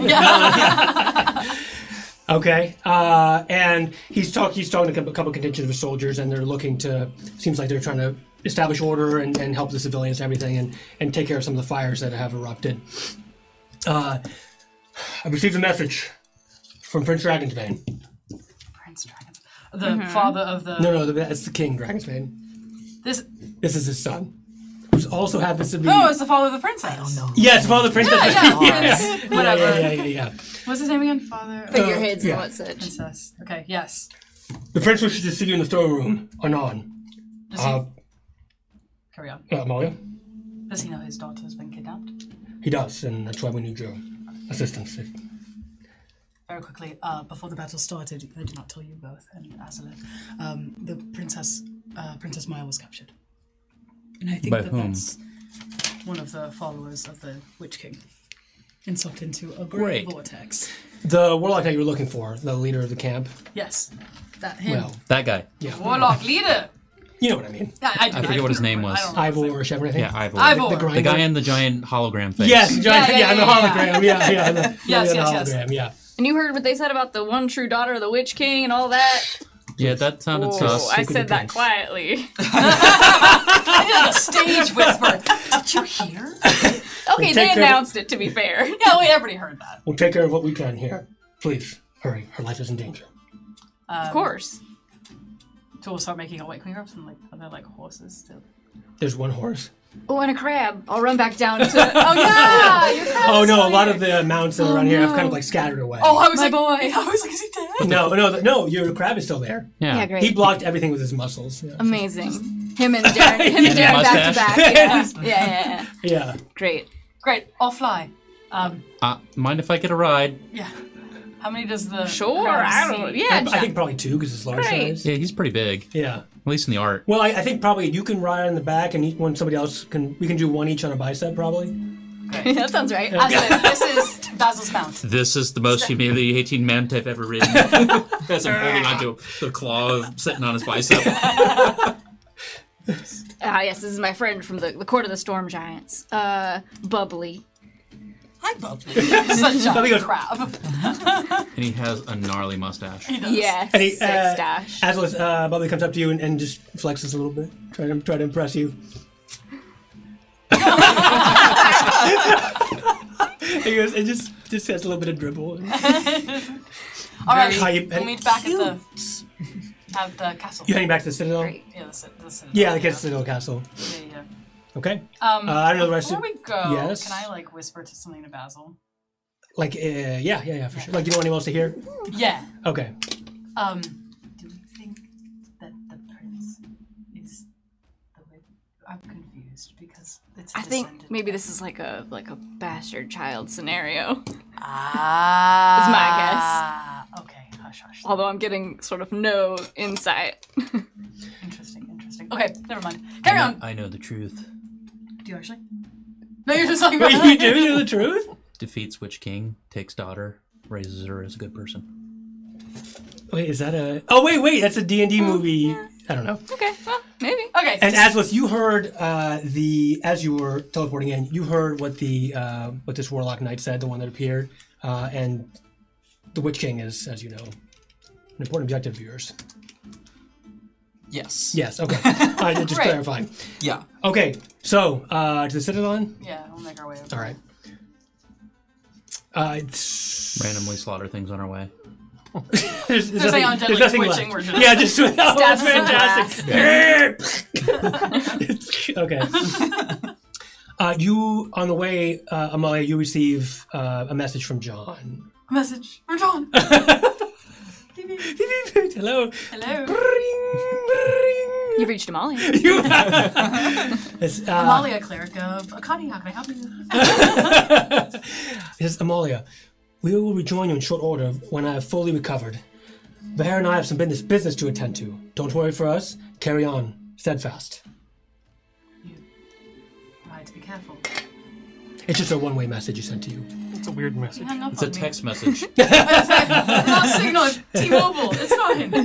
S1: okay, uh, and he's talking. He's talking to a couple contingent of soldiers, and they're looking to. Seems like they're trying to establish order and, and help the civilians and everything, and and take care of some of the fires that have erupted. Uh, I received a message from Prince Dragonsbane.
S2: Prince Dragon, the father of the
S1: No, no, that's the King Dragonsbane.
S2: this.
S1: This is his son, who also happens to be.
S2: Oh, it's the father of the princess. I don't know.
S1: yes, Father Prince.
S2: Yeah, Prince-
S1: yeah,
S2: whatever.
S1: yeah, yeah, yeah, yeah.
S2: What's his name again? Father.
S4: Figureheads
S1: yeah.
S4: and what's such.
S2: Princess. Okay. Yes.
S1: The prince wishes to see you in the throne room, anon.
S2: Does he,
S1: Uh,
S2: carry on.
S1: uh, Malia?
S2: Does he know his daughter's been kidnapped?
S1: He does, and that's why we need your assistance. If-
S2: Very quickly, uh, before the battle started, I did not tell you both and Azalin, um, the princess, uh, Princess Maya was captured, and I think
S7: By
S2: that
S7: whom?
S2: that's one of the followers of the Witch King, and sucked into a great
S7: Great.
S2: vortex.
S1: The warlock that you were looking for, the leader of the camp.
S2: Yes, that him.
S1: Well,
S7: That guy.
S1: yeah.
S2: Warlock leader.
S1: You know what I mean.
S2: I, I,
S7: forget what his name was.
S1: Ivor or Shepard, I think.
S7: Yeah, Ivor.
S2: Ivor.
S1: The
S7: The
S1: grinder.
S7: guy in the giant hologram face.
S1: Yes, yeah,
S2: yeah,
S1: yeah,
S2: yeah,
S1: the
S2: yeah,
S1: hologram. Yeah, yeah. The,
S2: Yes,
S1: the
S2: yes, yes.
S1: hologram, yeah.
S4: And you heard what they said about the one true daughter of the Witch King and all that.
S7: Yeah, that sounded
S4: Oh,
S7: sus.
S4: I
S1: Secret
S4: said that
S1: defense.
S4: quietly.
S2: Yeah, the stage whisper. Did you hear?
S4: Okay, they
S1: take care-
S4: announced it. To be fair,
S2: Yeah, wait, everybody heard that.
S1: We'll take care of what we can here. Please, hurry. Her life is in danger.
S4: of course.
S2: So we'll start making our way. Can we grab some like other like horses still?
S1: There's one horse.
S4: Oh, and a crab. I'll run back down to. oh yeah, your crab.
S1: Oh no, a lot of the mounts that are around here have
S4: no.
S1: kind of like scattered away.
S2: Oh, I was
S4: My
S2: like,
S4: boy.
S2: I was like, is he dead?
S1: No, no, th- no, your crab is still there.
S7: yeah.
S4: Yeah, great.
S1: He blocked everything with his muscles. Yeah.
S4: Amazing. Him and Darren. Him and
S7: the
S4: Darren back to
S7: mustache.
S4: back. Yeah. yeah, yeah, yeah.
S1: yeah.
S4: Great.
S2: Great, I'll fly. Um,
S7: Uh, mind if I get a ride?
S2: yeah. How many does the
S4: Sure.
S2: crab
S4: I
S2: see?
S4: don't. Yeah.
S1: I
S4: Jack.
S1: think probably two because it's large
S4: Great.
S1: size.
S7: Yeah, he's pretty big.
S1: Yeah.
S7: At least in the art.
S1: Well, I, I think probably you can ride on the back, and each one somebody else can. We can do one each on a bicep, probably.
S4: that sounds right. Uh,
S2: Aslan, this is Basil's mount.
S7: This is the most humiliating mount I've ever ridden. As I'm holding onto the claw sitting on his bicep.
S4: Ah, yes. This is my friend from the, the court of the storm giants. Uh, bubbly.
S6: Hi, Bob.
S2: Such
S1: Let me go-
S2: a crab.
S7: And he has a gnarly mustache.
S4: Yes.
S1: And he,
S4: sex
S1: uh,
S4: dash.
S1: Atlas uh, Bubby comes up to you and, and just flexes a little bit, try to try to impress you. he goes, it just just has a little bit of dribble.
S2: All right,
S1: hype
S2: we'll
S1: and
S2: meet back at the at the castle.
S1: You heading back to the citadel?
S4: Great.
S2: Yeah, the, ci- the citadel.
S1: Yeah, the kids' citadel castle.
S2: Yeah, yeah.
S1: Okay.
S2: Um,
S1: Uh, I don't know the rest
S2: before
S1: of.
S2: we go,
S1: Yes.
S2: can I like whisper to something to Basil?
S1: Like, uh, yeah, yeah, yeah, for sure. Like, you don't want anyone else to hear?
S2: Yeah.
S1: Okay.
S2: Um, do we think that the prince is the way? I'm confused because it's. I
S4: I think maybe this is like a like a bastard child scenario.
S2: Ah,
S4: It's my
S2: guess. Ah, Okay, hush, hush.
S4: Although I'm getting sort of no insight.
S2: Interesting, interesting. Okay, never mind. Carry on.
S7: I know the truth.
S2: Do you actually? No, you're just talking about.
S1: Wait, you do know the truth?
S7: Defeats Witch King, takes daughter, raises her as a good person.
S1: Wait, is that a? Oh, wait, wait, that's a D and D movie. I don't know.
S4: Okay. Well, maybe.
S2: Okay.
S1: And Aslis, you heard uh, the as you were teleporting in, you heard what the uh, what this warlock knight said, the one that appeared, uh, and the Witch King is, as you know, an important objective of yours.
S6: Yes.
S1: Yes, okay, I did just
S4: Right.
S1: clarifying.
S6: Yeah.
S1: Okay, so uh, to the Citadel. in?
S2: yeah, we'll make our way over.
S1: All right. Uh, it's-
S7: Randomly slaughter things on our way.
S1: there's, there's
S2: Just hang
S1: nothing,
S2: on,
S1: there's
S2: gently
S1: nothing left.
S2: twitching, we're just-
S1: yeah, just oh, that's
S4: some
S1: fantastic. okay. Uh, you on the way, uh, Amalia, you receive uh, a message from John.
S2: A message from John.
S1: Beep, beep, beep. Hello.
S2: Hello.
S1: Ring,
S4: You've reached Amalia.
S1: ring. You. It's, uh,
S2: Amalia, cleric of Akani, how can I help you?
S1: Yes, Amalia, we will rejoin you in short order when I have fully recovered. Vaher and I have some business business to attend to. Don't worry for us. Carry on, steadfast.
S2: You- Right, be careful.
S1: It's just a one way message he sent to you.
S5: It's a weird message.
S2: Hang up
S7: It's a
S2: on me.
S7: text message.
S2: not Signal, T-Mobile. It's fine.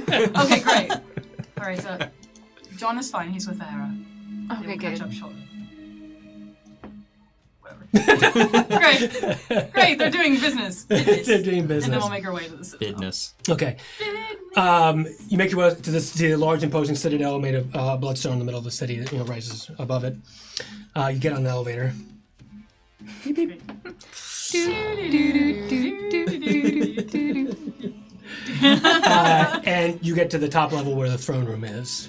S2: Okay, great. All right, so John is fine. He's with Vera. They will
S4: Okay,
S2: catch
S4: good.
S2: up shortly. Whatever. great, great. They're doing business. Business.
S1: They're doing
S2: And then
S1: business.
S2: we'll make our way to the citadel.
S7: Business.
S1: Okay. Um, you make your way to this to the large imposing citadel made of uh, bloodstone in the middle of the city that you know rises above it. Uh, you get on the elevator. uh, and you get to the top level where the throne room is.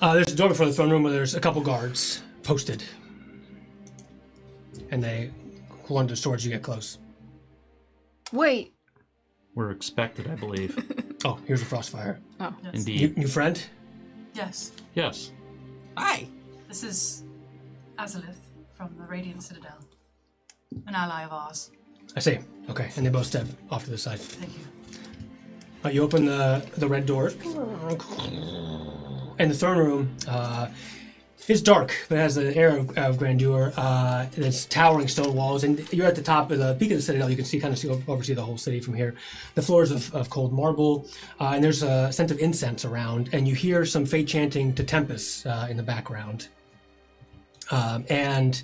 S1: Uh, there's a door before the throne room where there's a couple guards posted, and they hold onto swords. You get close.
S4: Wait.
S7: We're expected, I believe.
S1: Oh, here's a frostfire. New,
S7: Indeed.
S1: new friend.
S2: Yes,
S7: Yes.
S6: Hi.
S2: this is Azalith from the Radiant Citadel, an ally of ours.
S1: I see. Okay, and they both step off to the side.
S2: Thank you.
S1: Uh, you open the the red doors, and the throne room uh, is dark, but it has an air of, of grandeur. Uh, and it's towering stone walls, and you're at the top of the peak of the citadel. You can see kind of see, oversee the whole city from here. The floors of, of cold marble, uh, and there's a scent of incense around, and you hear some faint chanting to Tempest uh, in the background. Um, and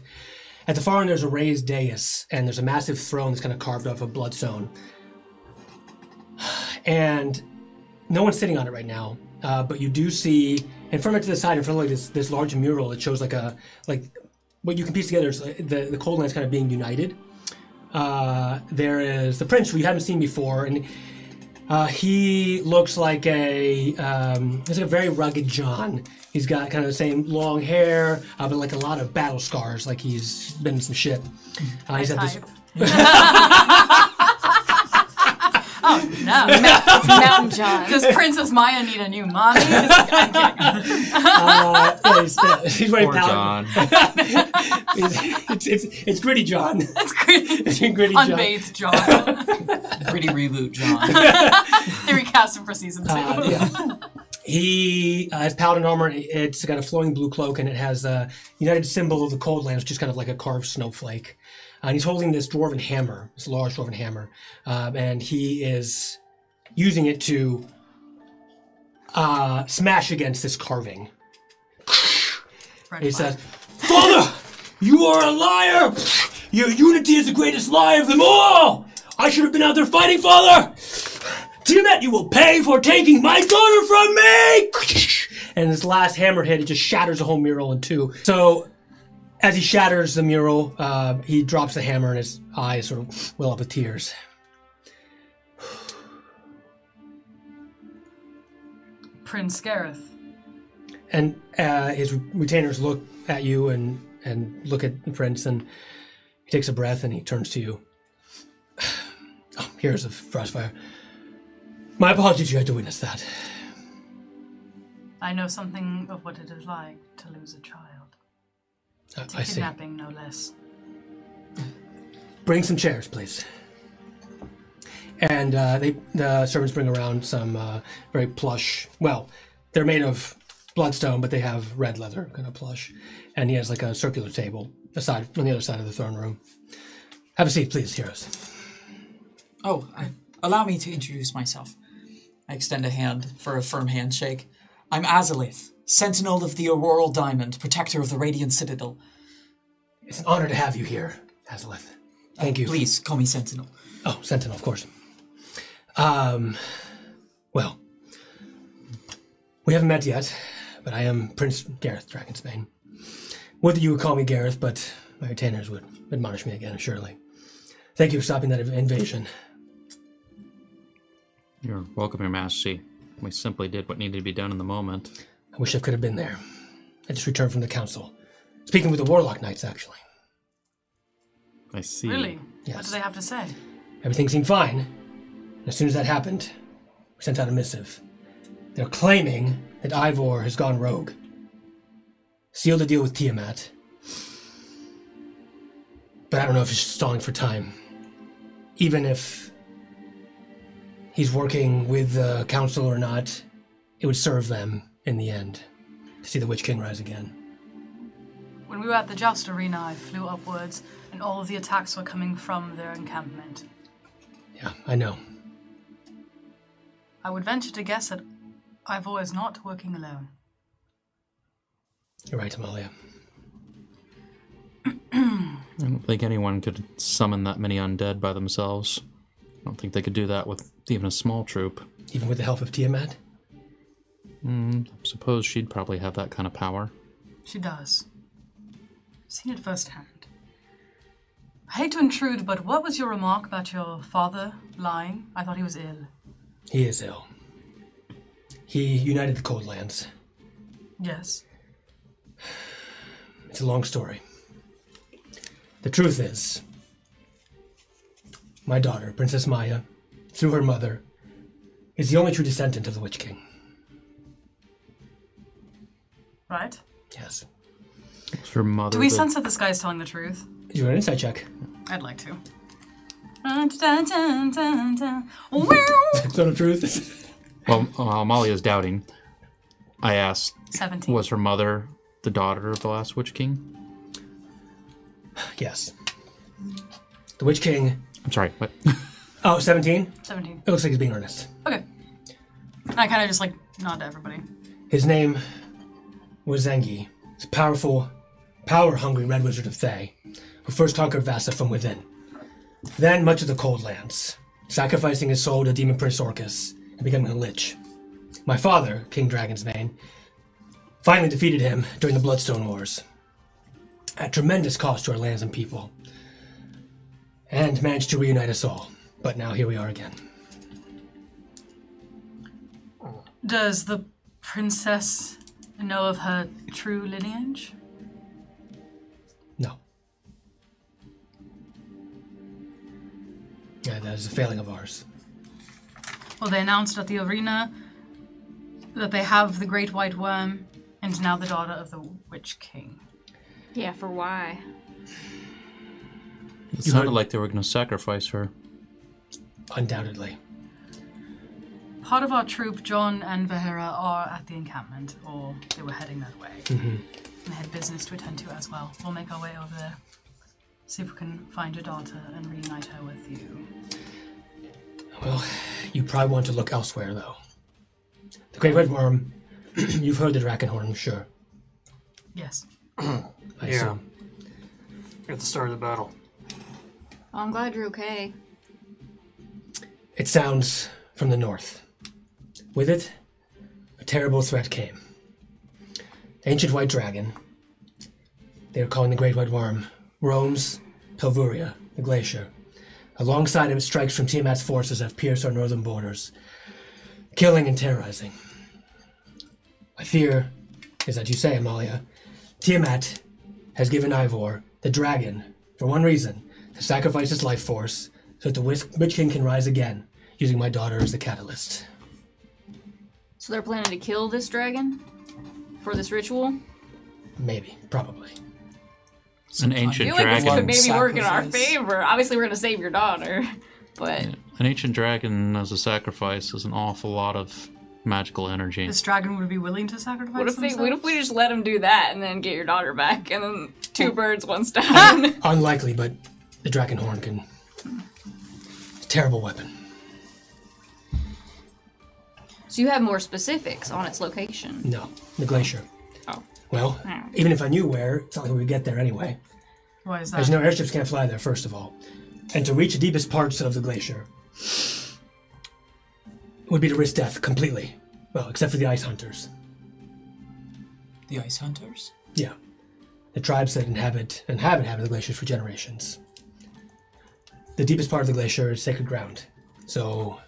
S1: at the far end, there's a raised dais, and there's a massive throne that's kind of carved off of bloodstone and no one's sitting on it right now. Uh, but you do see, and from it to the side, in front of like this this large mural that shows like a like what you can piece together is like, the the cold lands kind of being united. Uh, there is the prince who you haven't seen before, and uh, he looks like a um, he's like a very rugged John. He's got kind of the same long hair, uh, but like a lot of battle scars, like he's been in some shit. Uh, he's got this
S2: Type. oh no.
S4: It's Mountain John.
S2: Does Princess Maya need a new mommy? I'm kidding.
S1: uh, yeah, he's, he's wearing
S3: Poor
S1: paladin,
S3: John.
S1: it's, it's, it's, it's gritty John.
S2: That's great.
S1: It's gritty John.
S2: Unbathed John.
S6: Pretty reboot, John.
S2: they recast him for season two.
S1: Uh, yeah. He uh, has paladin armor. and It's got a flowing blue cloak, and it has a united symbol of the cold lands, which is kind of like a carved snowflake. Uh, and he's holding this dwarven hammer, this large dwarven hammer, um, and he is using it to uh, smash against this carving.
S2: Red
S1: He
S2: flag.
S1: says, Father, you are a liar! Your unity is the greatest lie of them all! I should have been out there fighting, Father! Tiamat, you will pay for taking my daughter from me! And this last hammer hit, it just shatters the whole mural in two. So, as he shatters the mural, uh, he drops the hammer and his eyes sort of well up with tears.
S2: Prince Gareth.
S1: and uh, his retainers look at you and and look at the prince and he takes a breath and he turns to you oh, here's a frostfire my apologies you had to witness that
S2: I know something of what it is like to lose a child.
S1: I-
S2: To
S1: Uh, i see
S2: kidnapping, no less.
S1: bring some chairs please and uh, they the servants bring around some uh, very plush well they're made of bloodstone but they have red leather kind of plush and he has like a circular table aside on the other side of the throne room have a seat please heroes
S6: Oh, I, allow me to introduce myself. I extend a hand for a firm handshake. I'm Azalith, Sentinel of the Auroral Diamond, Protector of the Radiant Citadel.
S1: It's an honor to have you here, Azaleth. Thank you.
S6: Please call me Sentinel.
S1: Oh, Sentinel, of course. Um, well, we haven't met yet, but I am Prince Gareth Dragonsbane. Whether you would call me Gareth, but my retainers would admonish me again, surely. Thank you for stopping that invasion.
S7: You're welcome, Your Majesty. We simply did what needed to be done in the moment.
S1: I wish I could have been there. I just returned from the council, speaking with the Warlock Knights, actually.
S7: I see.
S2: Really? What
S1: Yes.
S2: do they have to say?
S1: Everything seemed fine. And as soon as that happened, we sent out a missive. They're claiming that Ivor has gone rogue. Sealed a deal with Tiamat. But I don't know if he's stalling for time. Even if he's working with the council or not, it would serve them in the end. to see the Witch King rise again.
S2: When we were at the joust arena, I flew upwards, and all of the attacks were coming from their encampment.
S1: Yeah, I know.
S2: I would venture to guess that Ivor is not working alone.
S1: You're right, Amalia.
S3: I don't think anyone could summon that many undead by themselves. I don't think they could do that with even a small troop.
S1: Even with the help of Tiamat?
S3: I suppose she'd probably have that kind of power.
S2: She does. Seen it firsthand. I hate to intrude, but what was your remark about your father lying? I thought he was ill.
S1: He is ill. He united the Cold Lands.
S2: Yes.
S1: It's a long story. The truth is, my daughter, Princess Maya, through her mother, is the only true descendant of the Witch King.
S2: Right?
S1: Yes.
S3: Is her mother.
S2: Do we
S3: the-
S2: sense that this guy is telling the truth?
S1: Do you want an insight check?
S2: I'd like to. Dun, dun, dun, dun, dun. Wow.
S1: Zone of truth?
S3: Well, uh, Amalia's doubting. I asked,
S2: 17.
S3: was her mother the daughter of the last Witch King?
S1: yes. The Witch King.
S3: I'm sorry, what?
S1: Oh, 17?
S2: 17.
S1: It looks like he's being earnest.
S2: Okay. And I kind of just like nod to everybody.
S1: His name was Zengi. He's a powerful, power hungry Red Wizard of Thay, who first conquered Vasa from within. Then much of the Cold Lands, sacrificing his soul to Demon Prince Orcus and becoming a Lich. My father, King Dragonsbane, finally defeated him during the Bloodstone Wars, at tremendous cost to our lands and people, and managed to reunite us all. But now here we are again.
S2: Does the princess know of her true lineage?
S1: No. Yeah, that is a failing of ours.
S2: Well, they announced at the arena that they have the Great White Worm and now the daughter of the Witch King.
S4: Yeah, for why?
S3: It sounded like they were going to sacrifice her.
S1: Undoubtedly.
S2: Part of our troop, John and Vahera, are at the encampment, or they were heading that way. They had business to attend to as well. We'll make our way over there. See if we can find your daughter and reunite her with you.
S1: Well, you probably want to look elsewhere, though. The Great Red Worm, you've heard the Drakenhorn, I'm sure.
S2: Yes.
S1: I
S5: Yeah.
S1: assume.
S5: At the start of the battle.
S4: Well, I'm glad you're okay.
S1: It sounds from the north. With it, a terrible threat came. The ancient white dragon, they are calling the Great White Worm, roams Telvuria, the glacier. Alongside of it, strikes from Tiamat's forces have pierced our northern borders, killing and terrorizing. My fear is that you say, Amalia, Tiamat has given Ivor, the dragon, for one reason to sacrifice his life force so that the Wis- Witch King can rise again, using my daughter as the catalyst.
S4: So they're planning to kill this dragon for this ritual.
S1: Maybe, probably.
S3: An ancient
S4: I feel like this could
S3: dragon.
S6: may-
S4: maybe work in our
S6: Sacrifice.
S4: favor. Obviously, we're gonna save your daughter, but
S3: An ancient dragon as a sacrifice is an awful lot of magical energy.
S2: This dragon would be willing to sacrifice
S4: what if they,
S2: themselves?
S4: what if we just let him do that and then get your daughter back and then
S2: Oh.
S4: two birds, one stone?
S1: Unlikely, but the dragon horn can. It's a terrible weapon.
S4: so you have more specifics on its location.
S1: No, the glacier.
S4: Oh.
S1: Well, even if I knew where, it's not like we would get there anyway.
S2: Why is
S1: As
S2: that?
S1: you know, airships can't fly there, first of all. And to reach the deepest parts of the glacier would be to risk death completely. Well, except for the ice hunters.
S6: The Ice Hunters?
S1: Yeah. The tribes that inhabit and have inhabited the glaciers for generations. The deepest part of the glacier is sacred ground. So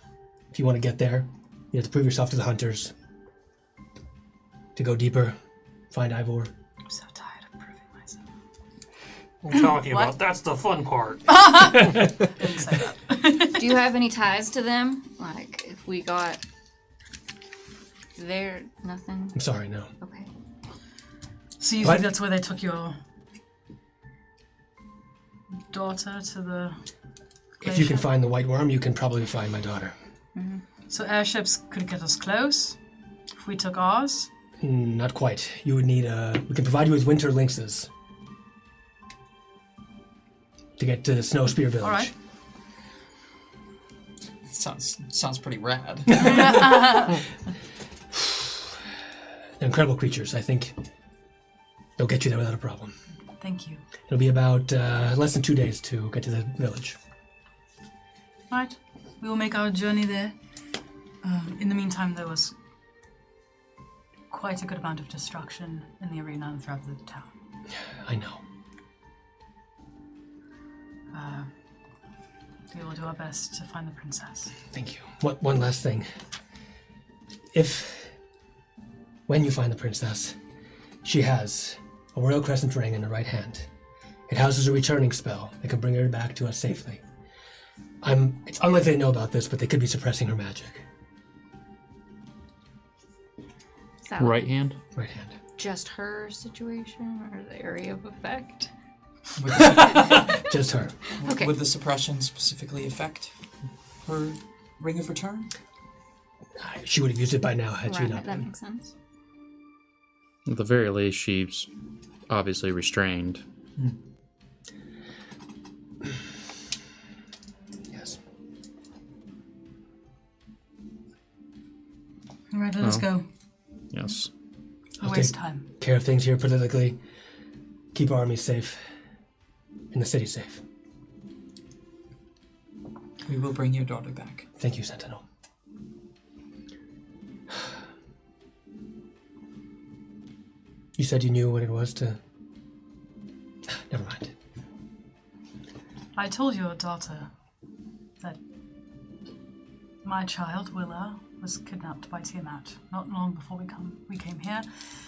S1: if you want to get there, you have to prove yourself to the hunters. To go deeper, find Ivor.
S2: I'm so tired of proving myself.
S5: I'm telling you about that's the fun part.
S2: Didn't say that.
S4: do you have any ties to them? Like if we got there, nothing.
S1: I'm sorry, no.
S4: Okay.
S2: So you
S1: What?
S2: think that's where they took your daughter to the?
S1: If you can
S2: Glacier.
S1: find the white worm, you can probably find my daughter.
S2: So airships could get us close. If we took ours,
S1: Not quite. You would need a. We can provide you with winter lynxes to get to Snow Spear Village.
S2: right.
S6: Sounds sounds pretty rad.
S1: They're incredible creatures. I think they'll get you there without a problem.
S2: Thank you.
S1: It'll be about uh, less than two days to get to the village.
S2: All right. We will make our journey there. Um, in the meantime, there was quite a good amount of destruction in the arena and throughout the town.
S1: I know.
S2: We will do our best to find the princess.
S1: Thank you. What, one last thing. If, when you find the princess, she has a royal crescent ring in her right hand. It houses a returning spell that can bring her back to us safely. I'm. It's unlikely they know about this, but they could be suppressing her magic.
S4: Is that
S3: Right hand?
S1: Right hand.
S4: just her situation or the area of effect?
S6: Would the,
S1: Just her.
S4: Okay.
S6: would the suppression specifically affect her ring of return?
S1: She would have used it by now had she
S4: Right,
S1: not
S4: that
S1: been.
S4: makes sense.
S3: At the very least, she's obviously restrained.
S1: Yes.
S2: All right, let us go.
S3: Yes.
S2: No
S1: I'll
S2: waste
S1: take-
S2: time.
S1: Care of things here politically. Keep our army safe. And the city safe.
S6: We will bring your daughter back.
S1: Thank you, Sentinel. You said you knew what it was to. Never mind.
S2: I told your daughter that my child, Willa, was kidnapped by Tiamat not long before we, come, we came here.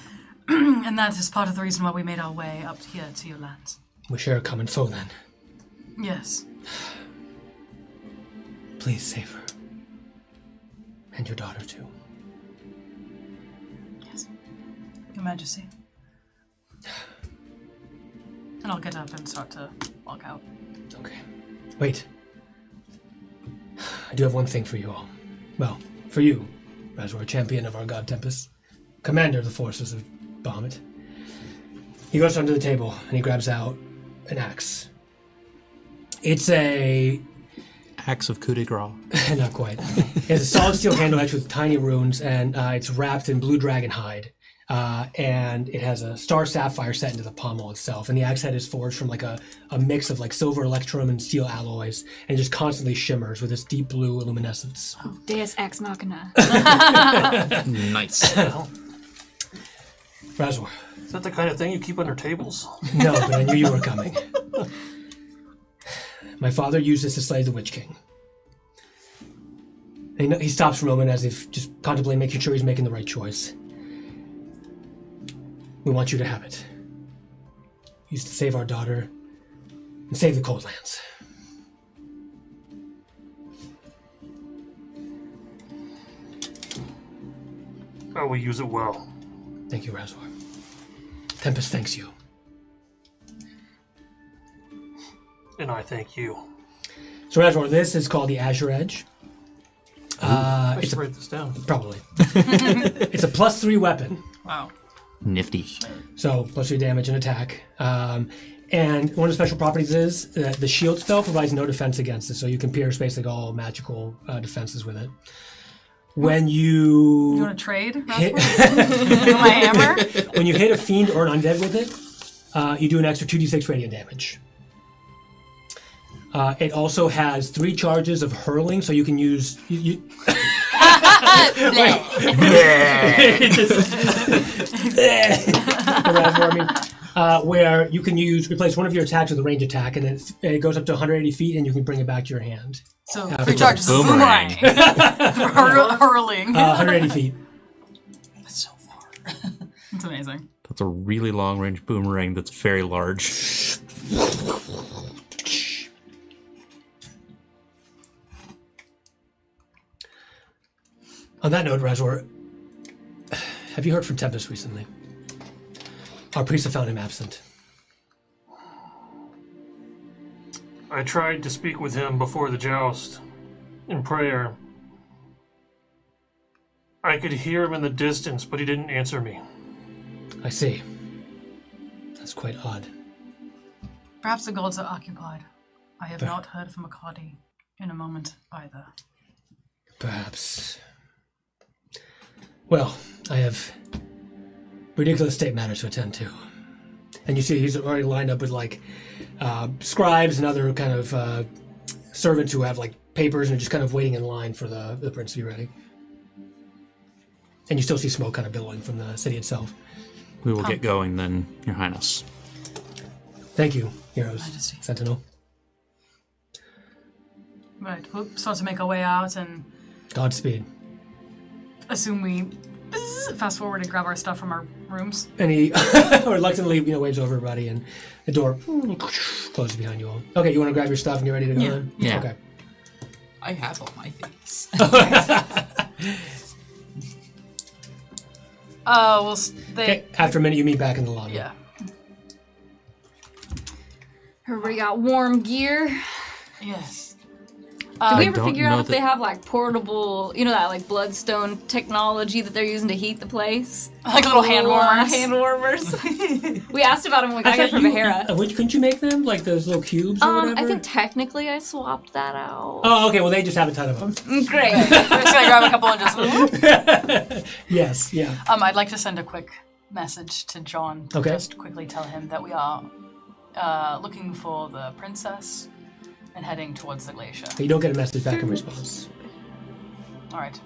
S2: and that is part of the reason why we made our way up here to your lands.
S1: We share a common foe then.
S2: Yes.
S1: Please save her. And your daughter too.
S2: Yes. Your Majesty. And I'll get up and start to walk out.
S1: Okay. Wait. I do have one thing for you all. Well, for you, Razor, champion of our god Tempest, commander of the forces of Bahamut. He goes under the table and he grabs out an axe. It's a
S3: Axe of coup de grace.
S1: not quite. It has a solid steel handle edge with tiny runes, and uh, it's wrapped in blue dragon hide. Uh, and it has a star sapphire set into the pommel itself. And the axe head is forged from like a, a mix of like silver electrum and steel alloys, and it just constantly shimmers with this deep blue luminescence.
S4: Deus ex machina.
S7: Nice.
S1: Razor,
S5: Is that the kind of thing you keep under tables?
S1: no, but I knew you were coming. My father used this to slay the Witch King. He, kn- he stops for a moment as if just contemplating making sure he's making the right choice. We want you to have it. Used to save our daughter and save the Coldlands.
S5: Oh, we use it well.
S1: Thank you, Razor. Tempest thanks you.
S5: And I thank you.
S1: So, Razor, this is called the Azure Edge. Uh,
S5: I
S1: it's
S5: should
S1: a,
S5: write this down.
S1: probably. it's a plus three weapon.
S2: Wow.
S3: Nifty.
S1: So plus your damage and attack. Um, and one of the special properties is that the shield spell provides no defense against it, so you can pierce basically all magical uh, defenses with it. When
S2: You
S1: you
S2: want to trade?
S1: hit,
S2: Rasmus? You want my hammer?
S1: when you hit a fiend or an undead with it, uh, you do an extra two d6 radiant damage. Uh, it also has three charges of hurling, so you can use. You, you, or whatever, I mean, uh, where you can use replace one of your attacks with a range attack, and then it- it goes up to 180 feet, and you can bring it back to your hand.
S2: So
S1: Yeah,
S2: three
S1: it's
S2: charges of
S3: boomerang.
S2: boomerang. Hur- Hurling.
S1: Uh, 180 feet.
S6: That's so far.
S2: It's amazing.
S3: That's a really long range boomerang that's very large.
S1: On that note, Razor, have you heard from Tempest recently? Our priests have found him absent.
S5: I tried to speak with him before the joust in prayer. I could hear him in the distance, but he didn't answer me.
S1: I see. That's quite odd.
S2: Perhaps the gods are occupied. I have not heard from Akadi in a moment either.
S1: Perhaps. Well, I have ridiculous state matter to attend to. And you see, he's already lined up with like uh, scribes and other kind of uh, servants who have like papers and are just kind of waiting in line for the, the prince to be ready. And you still see smoke kind of billowing from the city itself.
S3: We will get going then, Your Highness.
S1: Thank you, heroes.
S2: Majesty.
S1: Sentinel.
S2: Right, we'll start to make our way out and
S1: Godspeed.
S2: assume we bzzz, fast forward and grab our stuff from our rooms.
S1: And he reluctantly, you know, waves over everybody, and the door closes behind you all. Okay, you want to grab your stuff and you're ready to go?
S2: Yeah.
S1: Then?
S3: Yeah.
S1: Okay.
S6: I have all my things.
S2: Uh, well, s- they.
S1: Okay, After a minute, you meet back in the lobby.
S2: Yeah.
S4: Everybody got warm gear.
S2: Yes.
S4: Did
S3: I
S4: we ever
S3: don't
S4: figure
S3: know
S4: out if
S3: that-
S4: they have like portable, you know, that like bloodstone technology that they're using to heat the place?
S2: Like little hand
S4: Little, uh,
S2: warmers.
S4: Hand warmers. we asked about them. Like, I, got
S1: thought
S4: from
S1: you-
S4: Behera.
S1: uh, Which, couldn't you make them like those little cubes or
S4: Um,
S1: whatever?
S4: I think technically I swapped that out.
S1: Oh, okay. Well, they just have a ton of them.
S4: Mm, Great.
S2: We're just gonna grab a couple and just.
S1: yes. Yeah.
S2: Um, I'd like to send a quick message to John. to
S1: Okay.
S2: Just quickly tell him that we are uh, looking for the princess and heading towards the glacier.
S1: But you don't get a message back in response.
S2: All right.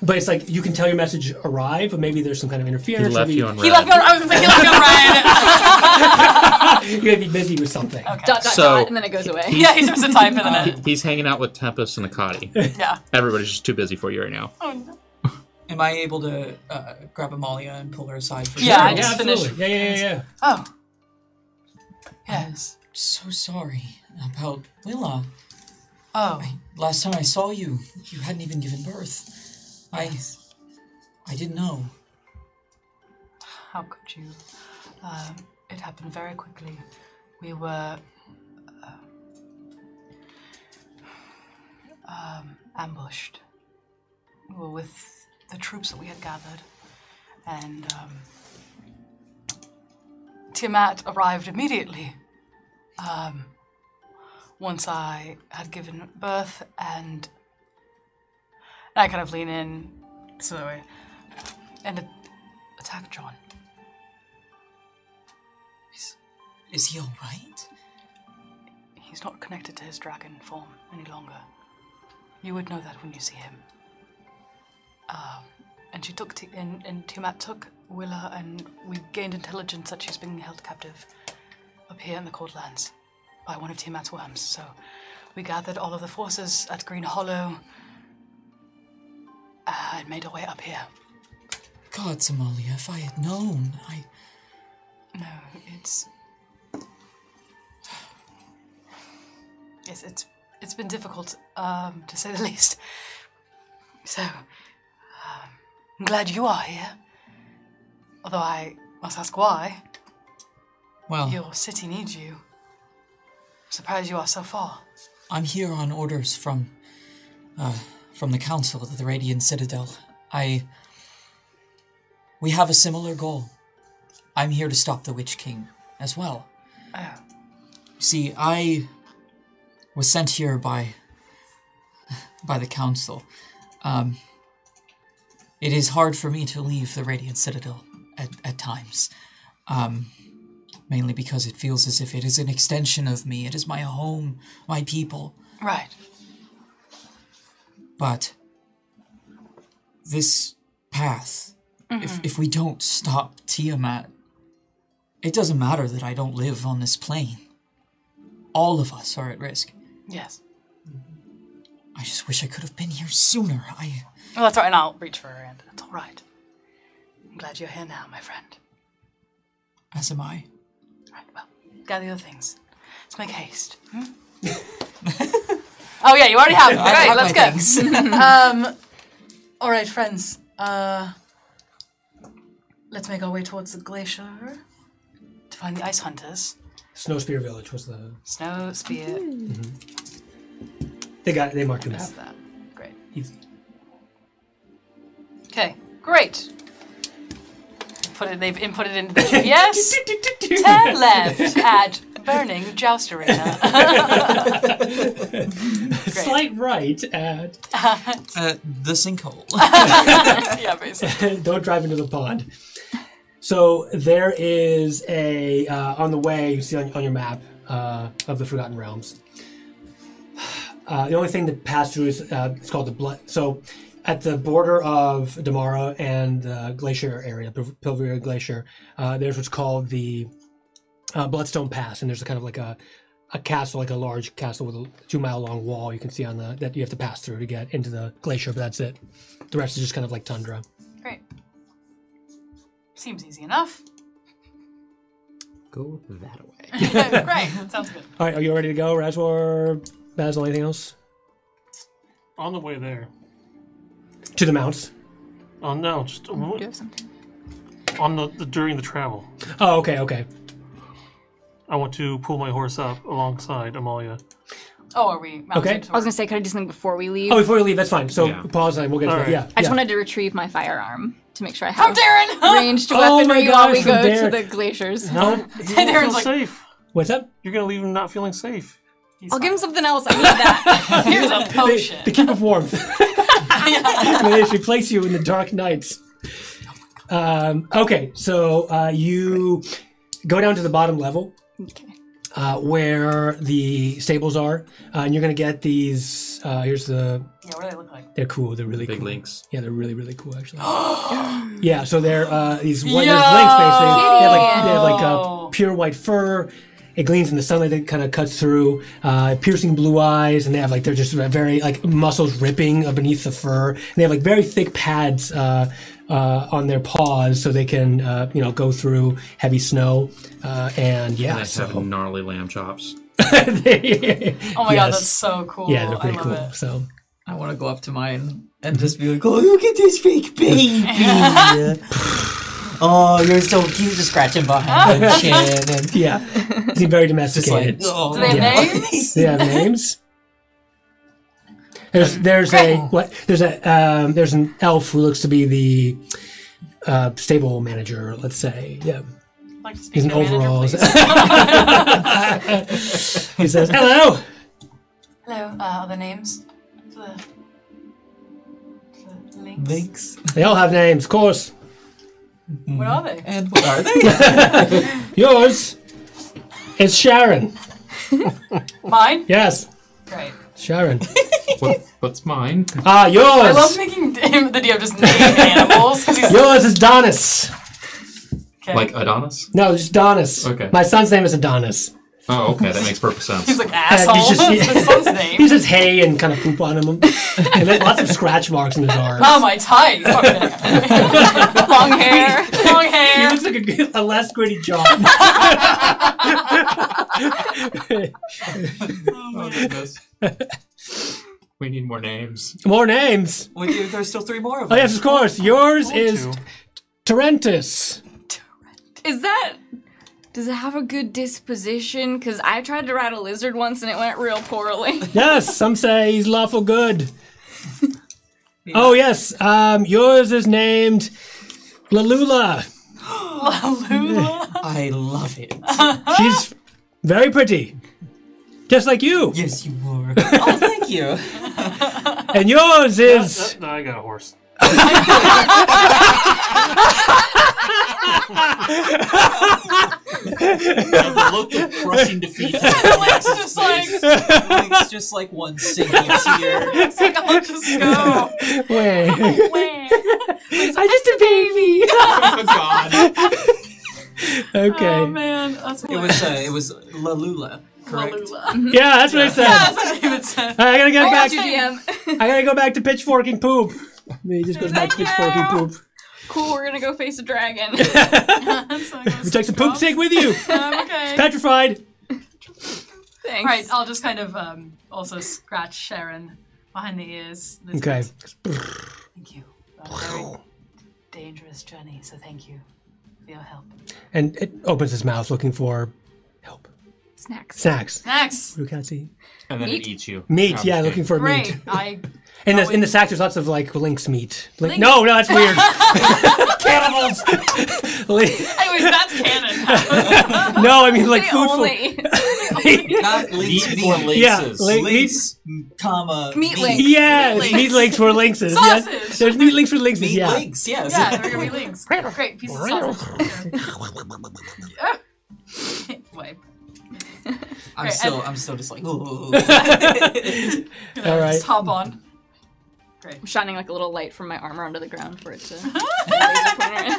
S1: But it's like you can tell your message arrived, but maybe there's some kind of
S3: He
S1: interference.
S3: left
S1: maybe,
S3: you on red.
S2: He left me on. I was gonna say he left me
S1: You
S2: on red.
S1: may be busy with something.
S4: dot dot
S3: So-
S4: dot, and then it goes away.
S2: yeah, he starts to type in it.
S3: He's hanging out with Tempest and Akati.
S2: Yeah.
S3: Everybody's just too busy for you right now.
S6: Am I able to uh, grab Amalia and pull her aside for
S2: Yeah, I
S1: Yeah,
S6: just.
S2: just-
S1: absolutely.
S2: finished.
S1: Yeah, yeah, yeah, yeah.
S2: Oh. Yes.
S6: so sorry about Willa.
S2: Oh.
S6: Last time I saw you, you hadn't even given birth. I I didn't know.
S2: How could you? Um, it happened very quickly. We were. uh, um, ambushed. We were with the troops that we had gathered, and um, Tiamat arrived immediately. Um, once I had given birth, and I kind of lean in, so that way, and a- attack John.
S6: Is he all right?
S2: He's not connected to his dragon form any longer. You would know that when you see him. Um, and she took, T- and, and Tiamat took Willa, and we gained intelligence that she's being held captive up here in the Cold Lands by one of Tiamat's worms. So we gathered all of the forces at Green Hollow uh, and made our way up here.
S6: God, Amalia, if I had known, I
S2: No, it's it's it's, it's been difficult, um, to say the least. So um, I'm glad you are here. Although I must ask why.
S6: well,
S2: Your city needs you. Surprised you are so far.
S6: I'm here on orders from uh, from the council of the Radiant Citadel. I we have a similar goal. I'm here to stop the Witch King as well.
S2: Oh,
S6: See, I was sent here by by the council. Um, it is hard for me to leave the Radiant Citadel at, at times, um, mainly because it feels as if it is an extension of me. It is my home, my people.
S2: right.
S6: But this path, if, if we don't stop Tiamat, it doesn't matter that I don't live on this plane. All of us are at risk.
S2: Yes.
S6: I just wish I could have been here sooner. I.
S2: Well, that's all right, and I'll reach for her hand. That's all right. I'm glad you're here now, my friend.
S6: As am I.
S2: Right, well, gather your things. Let's make haste. Hmm? oh yeah, you already have. it.
S6: I
S2: Right,
S6: have
S2: let's
S6: my
S2: go.
S6: things.
S2: Um, all right, friends. Uh, let's make our way towards the glacier to find the ice hunters.
S1: Snow Spear Village was the
S2: Snow spear.
S1: they got they marked him out.
S2: That's that. Great.
S1: He's-
S2: Okay, great. Put it. They've inputted into the GPS. Turn left at Burning Joust Arena.
S1: Slight right at.
S6: Uh, the sinkhole.
S2: yeah, basically.
S1: Don't drive into the pond. So there is a uh, on the way you see on, on your map uh, of the Forgotten Realms. Uh, the only thing that passed through is uh, it's called the blood. So at the border of Damara and the glacier area, Pil- Pilvira Glacier, uh, there's what's called the uh, Bloodstone Pass, and there's a kind of like a a castle, like a large castle with a two mile long wall you can see on the that you have to pass through to get into the glacier. But that's it. The rest is just kind of like tundra.
S2: Great. Seems easy enough.
S3: Go that way.
S2: Great. Sounds good.
S1: All right, are you ready to go, Razwar? Basil, anything else?
S5: On the way there.
S1: To the mounts.
S5: Oh no, just
S4: Do you have something?
S5: on the, the during the travel.
S1: Oh, okay, okay.
S5: I want to pull my horse up alongside Amalia.
S2: Oh, are we? mounted
S1: Okay.
S2: to-
S4: I was gonna say, could I do something before we leave?
S1: Oh, before we leave, that's fine. So
S3: Yeah.
S1: pause and we'll get to
S5: All
S1: that.
S5: right.
S1: Yeah.
S4: I just
S1: yeah.
S4: wanted to retrieve my firearm to make sure I
S2: From
S4: have
S2: Darren.
S4: ranged
S1: Oh my
S4: weaponry while
S1: gosh,
S4: we
S1: from
S4: go
S1: there.
S4: to the glaciers.
S5: No, he won't
S2: Darren's
S5: feel
S2: like-
S5: safe.
S1: What's up?
S5: You're gonna leave him not feeling safe.
S4: I'll give him something else. I need that.
S2: Here's a potion.
S1: The keep of warmth. they actually place you in the dark nights. Um, okay, so uh, you go down to the bottom level
S4: okay.
S1: uh, where the stables are, uh, and you're gonna get these. Uh, here's the.
S2: yeah, what do they look like?
S1: They're cool. They're really
S3: Big
S1: cool.
S3: links.
S1: Yeah, they're really really cool actually. yeah, so they're uh, these white there's links basically. They have like they have like
S2: Yo.
S1: a pure white fur. It gleams in the sunlight. It kind of cuts through, uh, piercing blue eyes, and they have like they're just very like muscles ripping uh, beneath the fur. And they have like very thick pads uh, uh, on their paws, so they can uh, you know go through heavy snow. Uh, and yeah,
S3: I
S1: so-
S3: have gnarly lamb chops.
S2: Oh my god,
S1: Yes.
S2: that's so cool.
S1: yeah, they're
S2: I
S1: pretty
S2: love
S1: cool.
S2: it.
S1: So
S6: I want to go up to mine and just be like, oh, look at this fake baby. oh, you're so cute. Just scratching behind the chin. And
S1: yeah, seem very
S6: just like,
S1: domesticated.
S6: oh.
S2: Do they have
S1: Yeah.
S2: names?
S1: They have names. There's there's a what there's a um, there's an elf who looks to be the uh, stable manager. Let's say yeah.
S2: I'd like to speak
S1: He's
S2: to
S1: in
S2: the
S1: overalls.
S2: manager, please.
S1: He says hello.
S2: Hello, uh, are there names? for the- for the links?
S6: Thanks.
S1: They all have names, of course.
S2: What are they?
S6: And what are they?
S1: Yours is Sharon.
S2: Mine?
S1: Yes,
S2: Great.
S1: Sharon.
S3: What, what's mine?
S1: Ah,
S2: I
S1: yours.
S2: love making him the DM just name animals. 'cause He's
S1: Yours is Donis.
S2: okay.
S3: Like Adonis?
S1: No, it's Donis.
S3: Okay.
S1: My son's name is Adonis.
S3: Oh, okay, that makes perfect sense.
S2: he's like asshole.
S1: he's just-
S2: That's his son's
S1: He
S2: name.
S1: says hey and kind of poop on him, and then lots of scratch marks in his arms.
S2: Oh my tie. Fucking- Long hair. Long
S1: He
S2: hair.
S1: looks like a, good- a less gritty job.
S3: Oh, goodness. we need more names.
S1: More names.
S6: Wait, there- there's still three more of
S1: Oh
S6: them.
S1: yes, of course. Yours is
S5: Two.
S1: Tarentus.
S4: Is that? Does it have a good disposition? Because I tried to ride a lizard once and it went real poorly.
S1: Yes, some say he's lawful good. Oh yes. Um, yours is named Lalula.
S6: I love it.
S1: She's very pretty, just like you.
S6: Yes, you are. oh, thank you.
S1: And yours
S5: Uh,
S1: is
S5: no, I got a horse.
S7: the look of crushing defeat.
S2: Link's just like,
S6: It's just like one single tear.
S2: it's like, I'll just go.
S1: wait.
S4: Wait.
S1: I'm just a baby.
S7: oh, God.
S1: okay.
S2: Oh man, that's Um,
S6: It was uh, it was Lalula, correct?
S2: Malula.
S1: Yeah, that's what I said.
S2: That's what David said.
S1: I gotta get back.
S4: Got you, DM.
S1: I gotta go back to pitchforking poop. He just goes back to pitchforking poop.
S4: cool, we're gonna go face a dragon.
S1: You take some poop stick with you.
S2: Um, okay.
S1: Petrified.
S4: Thanks.
S2: All right, I'll just kind of um, also scratch Sharon behind the ears. This
S1: Okay.
S2: is- Thank you. A very dangerous journey, so thank you for your help.
S1: And it opens his mouth looking for help.
S4: Snacks.
S1: Snacks.
S2: Next.
S1: You can't see.
S3: And then
S4: Meat?
S3: it eats you.
S1: Meat. Yeah,
S3: Obfuscate.
S1: looking for meat.
S2: Great. I
S1: In the in the sack, there's lots of like lynx meat. Lin- No, no, that's weird. Cannibals. Li-
S2: Anyways, that's canon.
S1: no, I mean like
S4: They
S1: food for.
S4: only
S6: Not links,
S8: Meat
S6: meat.
S8: for
S1: Yeah,
S8: laces.
S1: li-
S6: Links, m- comma.
S4: Meat links.
S1: Yes,
S2: Meat
S1: meat links for lynxes. yes.
S2: Sausage.
S1: There's meat links for lynxes.
S6: Meat
S1: yeah.
S6: links, yes.
S2: yeah, there are gonna be links. Great piece of sausage. Wipe.
S6: I'm
S2: Right,
S6: still, I'm still just like, ooh.
S1: All right.
S2: Just hop on.
S4: I'm shining like a little light from my armor onto the ground for it to. Laser pointer.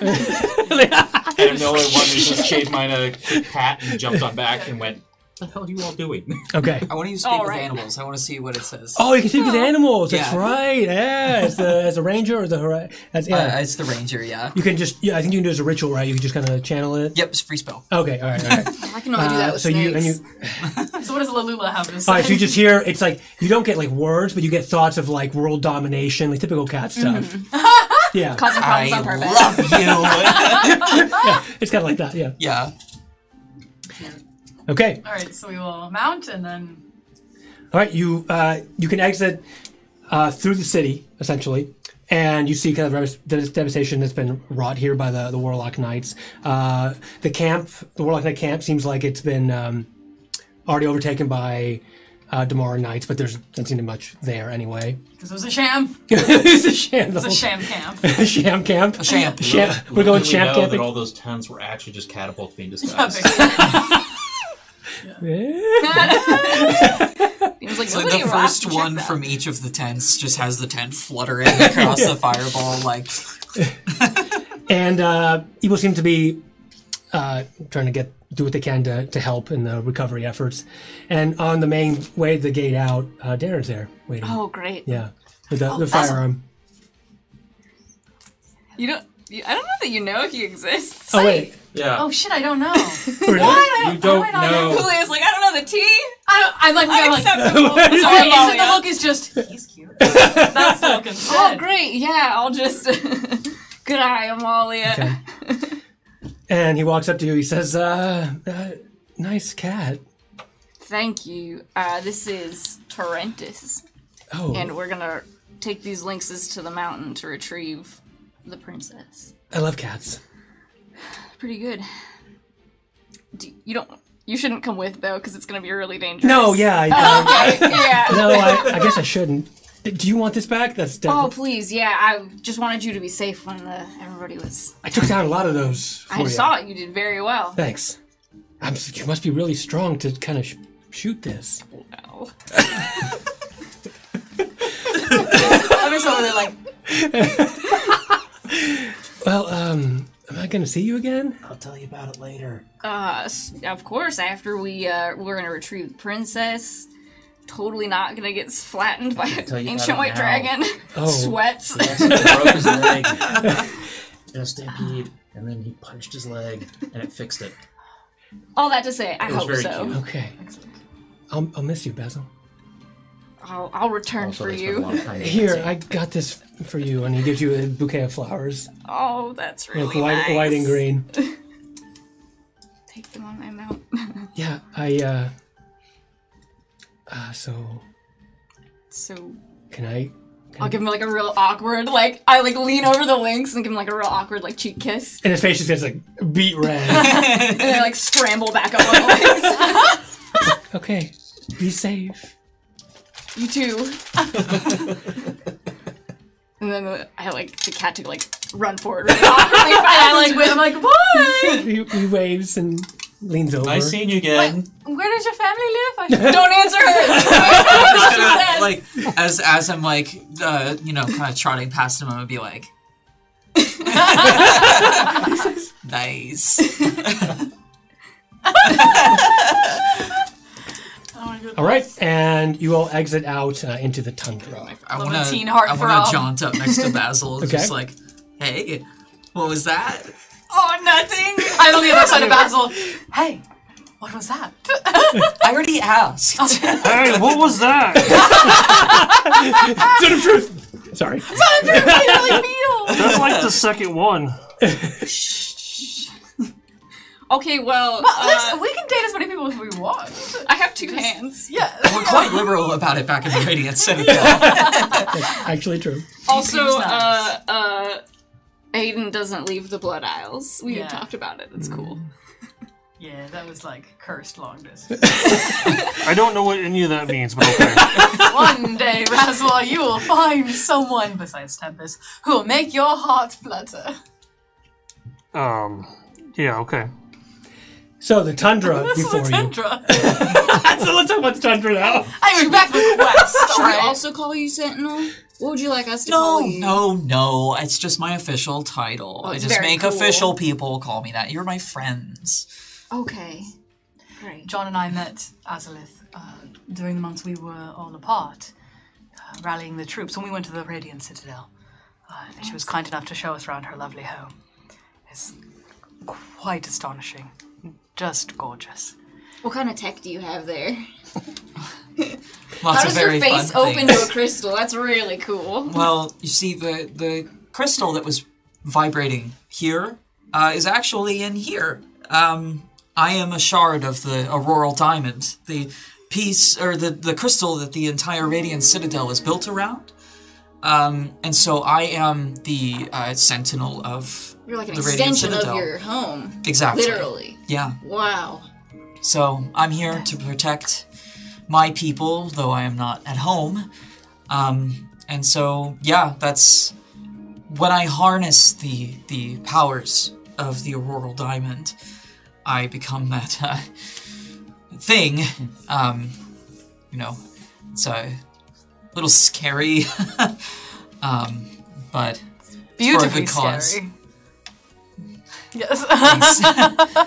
S8: I don't know. One who just shaved mine a hat and jumped on back and went.
S7: What the hell are you all doing?
S1: Okay.
S6: I want to use speak with
S4: right.
S6: animals. I want to see what it says.
S1: Oh, you can speak with animals. That's
S6: Yeah.
S1: right. Yeah, as the as a ranger or the hora- as yeah.
S6: Uh, it's the ranger, yeah.
S1: you can just yeah. I think you can do it as a ritual, right? You can just kind of channel it.
S6: Yep, it's free spell.
S1: Okay. All right. All right.
S4: I can only do
S1: Uh,
S4: that with
S1: so you and you.
S2: So what does Lalula have to say?
S1: All right. So you just hear it's like you don't get like words, but you get thoughts of like world domination, like typical cat stuff. yeah.
S4: causing
S6: I
S4: problems on purpose.
S6: love you.
S1: It's kind of like that. Yeah.
S6: yeah.
S1: Okay.
S2: All right, so we will mount and then
S1: All right, you uh, you can exit uh, through the city essentially, and you see kind of rev- dev- devastation that's been wrought here by the the warlock knights. Uh, the camp, the warlock knight camp, seems like it's been um, already overtaken by uh, Damara knights, but there's doesn't seem to be much there anyway.
S2: because it was a sham.
S1: it's a sham. the
S2: It's a
S1: whole-
S2: sham camp.
S1: sham camp.
S6: Sham.
S1: Sham- we're going
S8: Little did we
S1: sham
S8: know
S1: camping.
S8: that all those tents were actually just catapults being disguised.
S2: Perfect.
S4: It was like,
S6: So
S4: nobody
S6: the
S4: rocked
S6: first
S4: check
S6: one
S4: that.
S6: from each of the tents just has the tent fluttering across the fireball, like
S1: and uh, people seem to be uh, trying to get do what they can to, to help in the recovery efforts. And on the main way, to the gate out, uh, Darren's there waiting.
S4: Oh, great.
S1: Yeah, with the, the
S4: that's-
S1: firearm.
S4: You don't. You, I don't know that you know if he exists.
S1: Oh wait,
S8: yeah.
S2: Oh shit, I don't know.
S1: really?
S8: you don't
S2: I don't
S8: know.
S4: Julia's like, I don't know the T.
S2: I don't, I'm like, I'm like,
S4: Unacceptable.
S2: sorry,
S4: Sorry,
S2: is it the
S4: Malia.
S2: look is just he's cute. That's the look
S4: Oh,
S2: instead.
S4: great. Yeah, I'll just. Good eye, Amalia.
S1: Okay. and he walks up to you. He says, uh, uh, "Nice cat."
S4: Thank you. Uh, this is Torrentis,
S1: Oh,
S4: and we're gonna take these lynxes to the mountain to retrieve the princess.
S1: I love cats.
S4: Pretty good. Do, you don't. You shouldn't come with though, because it's gonna be really dangerous.
S1: No, yeah, I, I,
S4: yeah.
S1: no, I, I guess I shouldn't. D- Do you want this back? That's
S4: Oh
S1: definitely.
S4: please, yeah. I just wanted you to be safe when the, everybody was.
S1: I took down a lot of those. For
S4: I
S8: Oh,
S1: you.
S4: saw it. You did very well.
S1: Thanks. I'm, s- you must be really strong to kind of sh- shoot this.
S4: No.
S2: I'm just over there like,
S1: Well, um, am I going to see you again?
S6: I'll tell you about it later.
S4: Uh, s- of course. After we uh, we're gonna retrieve the princess. Totally not gonna get flattened by
S8: tell you
S4: ancient
S8: about
S4: white
S8: it now.
S4: dragon.
S1: Oh.
S4: Sweats.
S8: broke his leg in a stampede, and then he punched his leg, and it fixed it.
S4: All that to say, I
S8: was
S4: hope
S8: very
S4: so.
S8: cute.
S1: Okay. I'll, I'll miss you, Basil.
S4: I'll, I'll return
S8: Also,
S4: for
S8: they spent a
S4: you.
S8: lot of time
S1: Here, I got this for you, and he gives you a bouquet of flowers,
S4: Oh, that's really
S1: like white,
S4: nice.
S1: white and green.
S4: Take them on my mount.
S1: Yeah, I. uh... Uh, so
S4: so
S1: can I?
S4: I'll give him like a real awkward, like I like lean over the links and give him like a real awkward like cheek kiss,
S1: And his face just gets like beat red.
S4: and then I, like scramble back up on the links.
S1: okay, be safe.
S4: you too. and then the, I like the cat to like run forward really awkwardly, and I like
S2: wait, I'm like, what?
S1: He, he waves and leans over.
S8: Nice seeing you again.
S2: Where does your family live? I-
S4: don't answer her.
S6: like as as I'm like uh, you know, kind of trotting past him, I'm gonna be like Nice.
S1: All right, and you all exit out uh, into the
S2: Oh
S1: tundra.
S6: I wanna
S2: Levantine heart
S6: I wanna
S2: throb.
S6: jaunt up next to Basil
S1: Okay.
S6: just like, hey, what was that?
S4: oh, nothing.
S2: I'm on the other side of Basil. Hey, what was that?
S6: I already asked.
S5: Hey, what was that?
S1: Zone of truth. Sorry.
S2: Uh,
S5: That's like the second one.
S4: Okay, well, uh,
S2: Listen, we can can date as many people as we want.
S4: I have two hands.
S2: Yeah.
S6: We're quite liberal about it back in the Radiant Citadel.
S1: Actually, true.
S4: Also,
S2: seems
S4: uh,
S2: nice.
S4: uh, Aiden doesn't leave the Blood Isles. We
S2: Yeah.
S4: had talked about it. It's cool.
S6: Mm.
S2: Yeah, that was like cursed long distance.
S5: I don't know what any of that means, but okay.
S2: One day, Razwal, you will find someone besides Tempest who will make your heart flutter.
S5: um, yeah, okay.
S1: So the tundra
S2: This
S1: before
S2: is
S1: you.
S2: Tundra.
S1: so let's talk about the tundra now.
S2: Anyway, back to the quest.
S4: Should we
S2: alright?
S4: also call you Sentinel? What would you like us to
S6: No,
S4: call you?
S6: no, no. It's just my official title. I
S4: it's
S6: just
S4: very
S6: make
S4: cool.
S6: official people call me that. You're my friends.
S4: Okay. Great.
S2: John and I met Azalith uh, during the months we were all apart, uh, rallying the troops when we went to the Radiant Citadel. Uh, and she was kind enough to show us around her lovely home. It's quite astonishing. Just gorgeous.
S4: What kind of tech do you have there?
S6: Lots
S4: How
S6: of
S4: does your
S6: very
S4: face
S6: fun
S4: open
S6: things.
S4: to a crystal? That's really cool.
S6: Well, you see, the the crystal that was vibrating here uh, is actually in here. Um, I am a shard of the auroral diamond, the piece or the the crystal that the entire Radiant Citadel is built around. Um, and so I am the uh, sentinel of
S4: You're like an
S6: the Radiant
S4: extension of
S6: Citadel.
S4: your home.
S6: exactly
S4: Literally.
S6: yeah.
S4: Wow.
S6: So I'm here to protect my people, though I am not at home. Um, and so, yeah, that's when I harness the the powers of the auroral diamond, I become that uh, thing. Um, you know, it's a little scary, um, but it's for a
S2: Beautifully
S6: good cause.
S2: scary. Yes.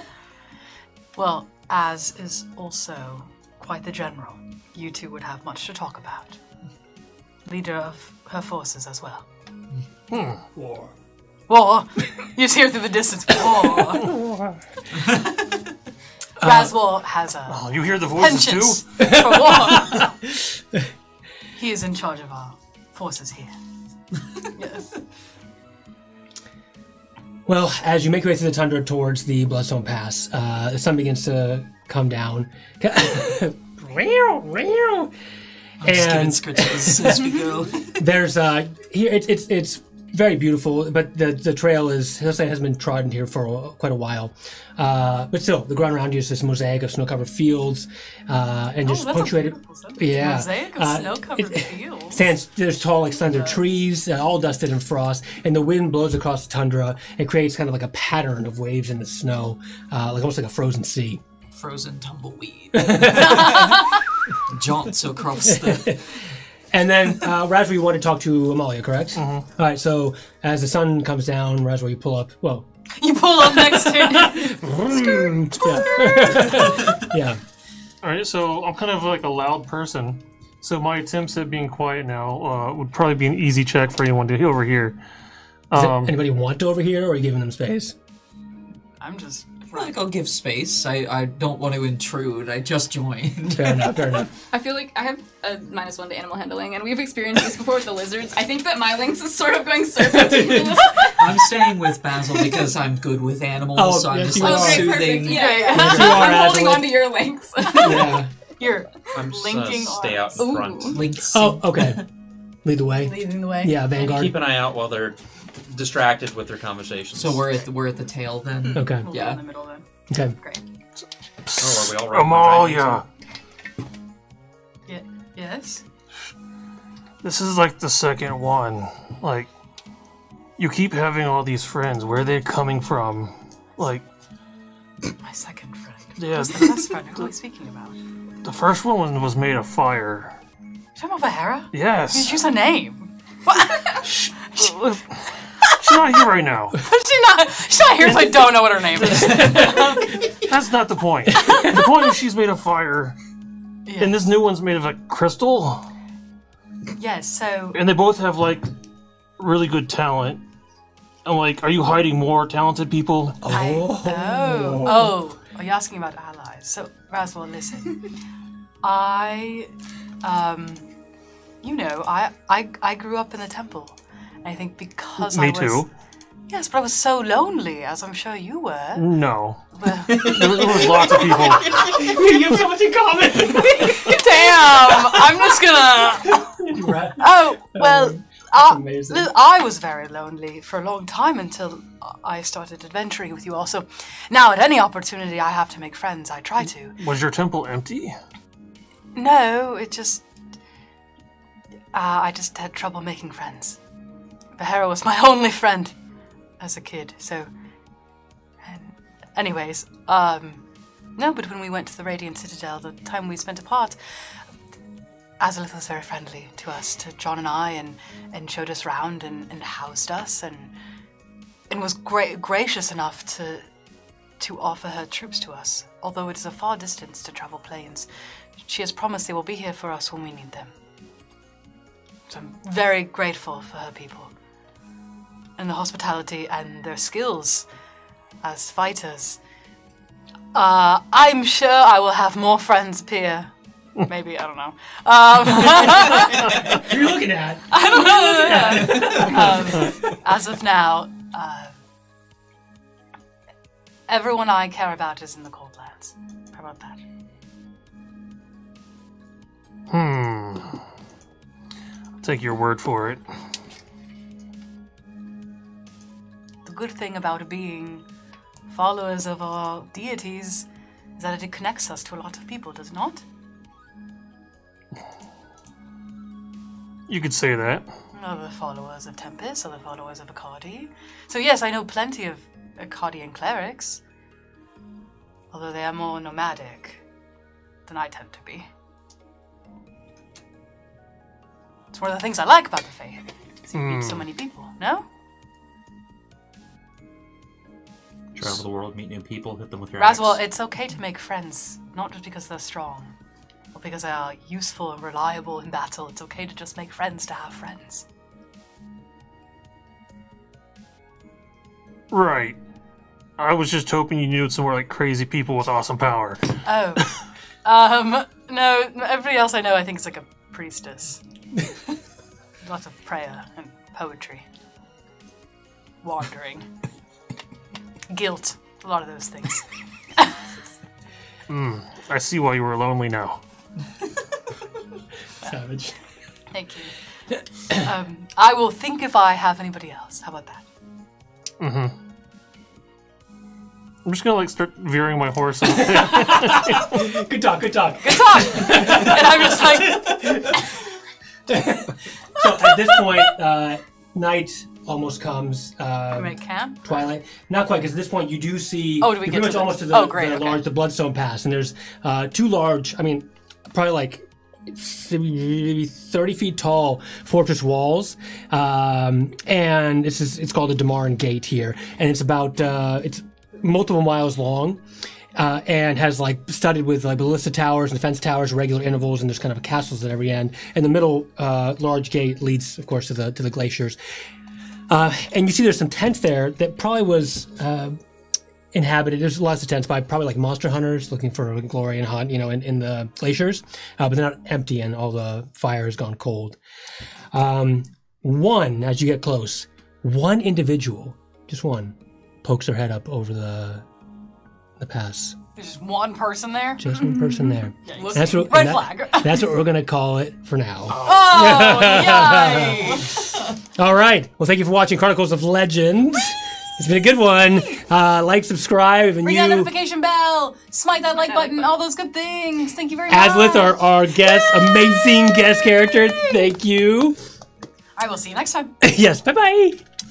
S2: well, Az is also quite the general. You two would have much to talk about. Leader of her forces as well.
S1: War.
S2: War. you just hear through the distance. War. Razwal has a
S5: Oh, you hear the voices
S2: penchant for war. he is in charge of our forces here. yes.
S1: Well, as you make your way through the tundra towards the Bloodstone Pass, uh, the sun begins to come down. Real, real.
S6: Just giving
S1: And
S6: scritches as we go.
S1: there's uh here it's it's it's very beautiful, but the the trail is hillside has been trodden here for a, quite a while. Uh, but still, the ground around you is this mosaic of snow-covered fields, uh, and just
S2: Oh, that's a
S1: punctuated.
S2: beautiful sentence.
S1: Yeah,
S2: Mosaic of
S1: Uh,
S2: snow-covered
S1: it-
S2: fields.
S1: stands there's tall like slender trees uh, all dusted in frost and the wind blows across the tundra and creates kind of like a pattern of waves in the snow uh, like almost like a frozen sea
S6: frozen tumbleweed jaunts across the
S1: and then uh, Razwa, you want to talk to Amalia correct
S2: Mm-hmm.
S1: All right so as the sun comes down Razwa, you pull up well
S2: You pull up next to him.
S1: yeah
S5: All right, so I'm kind of like a loud person, so my attempts at being quiet now uh, would probably be an easy check for anyone to hear over here.
S1: Does
S5: Um,
S1: anybody want to over here or are you giving them space
S2: I'm just.
S6: like i'll give space i i don't want to intrude i just joined
S1: fair enough fair enough
S4: I feel like I have a minus one to animal handling, and we've experienced this before with the lizards. I think that my lynx is sort of going serpentine.
S6: i'm staying with basil because i'm good with animals
S1: Oh,
S6: so i'm
S1: yes,
S6: just
S1: you
S6: like
S1: are.
S4: okay,
S6: soothing
S4: perfect. Yeah, yeah.
S1: Yes, you are,
S4: I'm holding
S1: Ashley.
S4: on to your lynx.
S1: yeah
S2: You're
S7: I'm just
S2: Linking
S7: gonna stay out in
S4: arms.
S7: front.
S4: Ooh.
S6: links
S1: oh okay lead the way
S2: leading the way.
S1: yeah
S7: Keep
S1: Vanguard
S7: an eye out while they're distracted with their conversations.
S6: so we're at the, we're at the tail then
S1: okay
S2: We'll
S6: Yeah.
S2: go in the middle then.
S1: okay
S7: Oh, are we all right?
S5: Amalia,
S2: Yeah. Yes.
S5: this is like the second one. Like, you keep having all these friends. Where are they coming from? Like,
S2: My second friend.
S5: yeah,
S2: The best friend. Who are we speaking about? You
S5: the first one was made of fire.
S2: talking about Vahera? You
S5: Yes,
S2: choose her name. What?
S5: she's not here right now.
S2: she's not. She's not here. So I don't know what her name is.
S5: That's not the point. the point is she's made of fire,
S2: Yeah.
S5: and this new one's made of like crystal.
S2: Yes. So
S5: and they both have like really good talent. I'm like, are you hiding more talented people?
S2: I. Oh. Oh. Are you asking about allies? So Raswell, listen. I, um, you know, I, I I grew up in the temple. And I think because I
S5: Me
S2: was
S5: too.
S2: Yes, but I was so lonely, as I'm sure you were.
S5: No.
S2: Well,
S5: There was, there was lots of people.
S1: you have so much in common.
S2: damn! I'm just gonna.
S1: Right.
S2: Oh well, I,
S1: amazing.
S2: li- I was very lonely for a long time until I started adventuring with you all. So now, at any opportunity I have to make friends, I try to.
S5: Was your temple empty?
S2: No, it just. Uh, I just had trouble making friends. Behera was my only friend as a kid, so. And anyways, um. No, but when we went to the Radiant Citadel, the time we spent apart, Azalith was very friendly to us, to John and I, and, and showed us round and, and housed us, and and was gra- gracious enough to to offer her troops to us. Although it is a far distance to travel planes, she has promised they will be here for us when we need them. So I'm very grateful for her people and the hospitality and their skills as fighters. Uh, I'm sure I will have more friends appear. Maybe, I don't know. Um,
S1: Who are you looking at?
S2: Um, as of now, uh, everyone I care about is in the cold lands. How about that?
S5: Take your word for it.
S2: The good thing about being followers of our deities is that it connects us to a lot of people, does it not?
S5: You could say that.
S2: Other followers of Tempest, other followers of Akadi. So yes, I know plenty of Akkadian clerics, although they are more nomadic than I tend to be. It's one of the things I like about the Fae. is You meet so many people, no?
S7: Travel the world, meet new people, hit them with your
S2: Raswell,
S7: axe.
S2: it's okay to make friends, not just because they're strong, or because they are useful and reliable in battle. It's okay to just make friends to have friends.
S5: Right. I was just hoping you knew some more like crazy people with awesome power.
S2: Oh, um, no, everybody else I know I think is like a priestess. Lots of prayer and poetry. Wandering. Guilt. A lot of those things.
S5: I see why you were lonely now.
S1: Savage.
S2: Thank you. Um, I will think if I have anybody else. How about that?
S5: I'm just gonna like start veering my horse. off.
S1: Good talk. Good talk.
S2: Good talk! and I'm just like,
S1: So at this point, uh, night almost comes. Uh,
S2: make camp?
S1: Twilight. Not quite, because at this point you do see.
S2: Oh, do we
S1: you're pretty
S2: get to
S1: much
S2: the-
S1: almost to the,
S2: oh, great,
S1: the
S2: okay.
S1: large, the Bloodstone Pass, and there's uh, two large. I mean, probably like maybe 30 feet tall fortress walls um, and this is it's called the Damaran gate here and it's about uh, it's multiple miles long uh, and has like studded with like ballista towers and defense towers regular intervals and there's kind of castles at every end and the middle uh, large gate leads of course to the to the glaciers uh, and you see there's some tents there that probably was uh, inhabited. There's lots of tents by probably like monster hunters looking for glory and hunt, you know, in, in the glaciers. Uh, but they're not empty and all the fire has gone cold. Um, one, as you get close, one individual, just one, pokes her head up over the the pass.
S2: There's just one person there?
S1: Just one person there.
S2: Looking-
S1: That's what, and
S2: Red
S1: that-
S2: flag.
S1: That's what we're gonna call it for now.
S2: Oh, yikes!
S1: All right. Well, thank you for watching Chronicles of Legend. It's been a good one. Uh, like, subscribe, and
S2: Ring that
S1: you,
S2: notification bell. Smite that like button. All those good things. Thank you very much.
S1: Aslith, are our guest, amazing guest character. Thank you.
S2: I will see you next time.
S1: yes. Bye bye.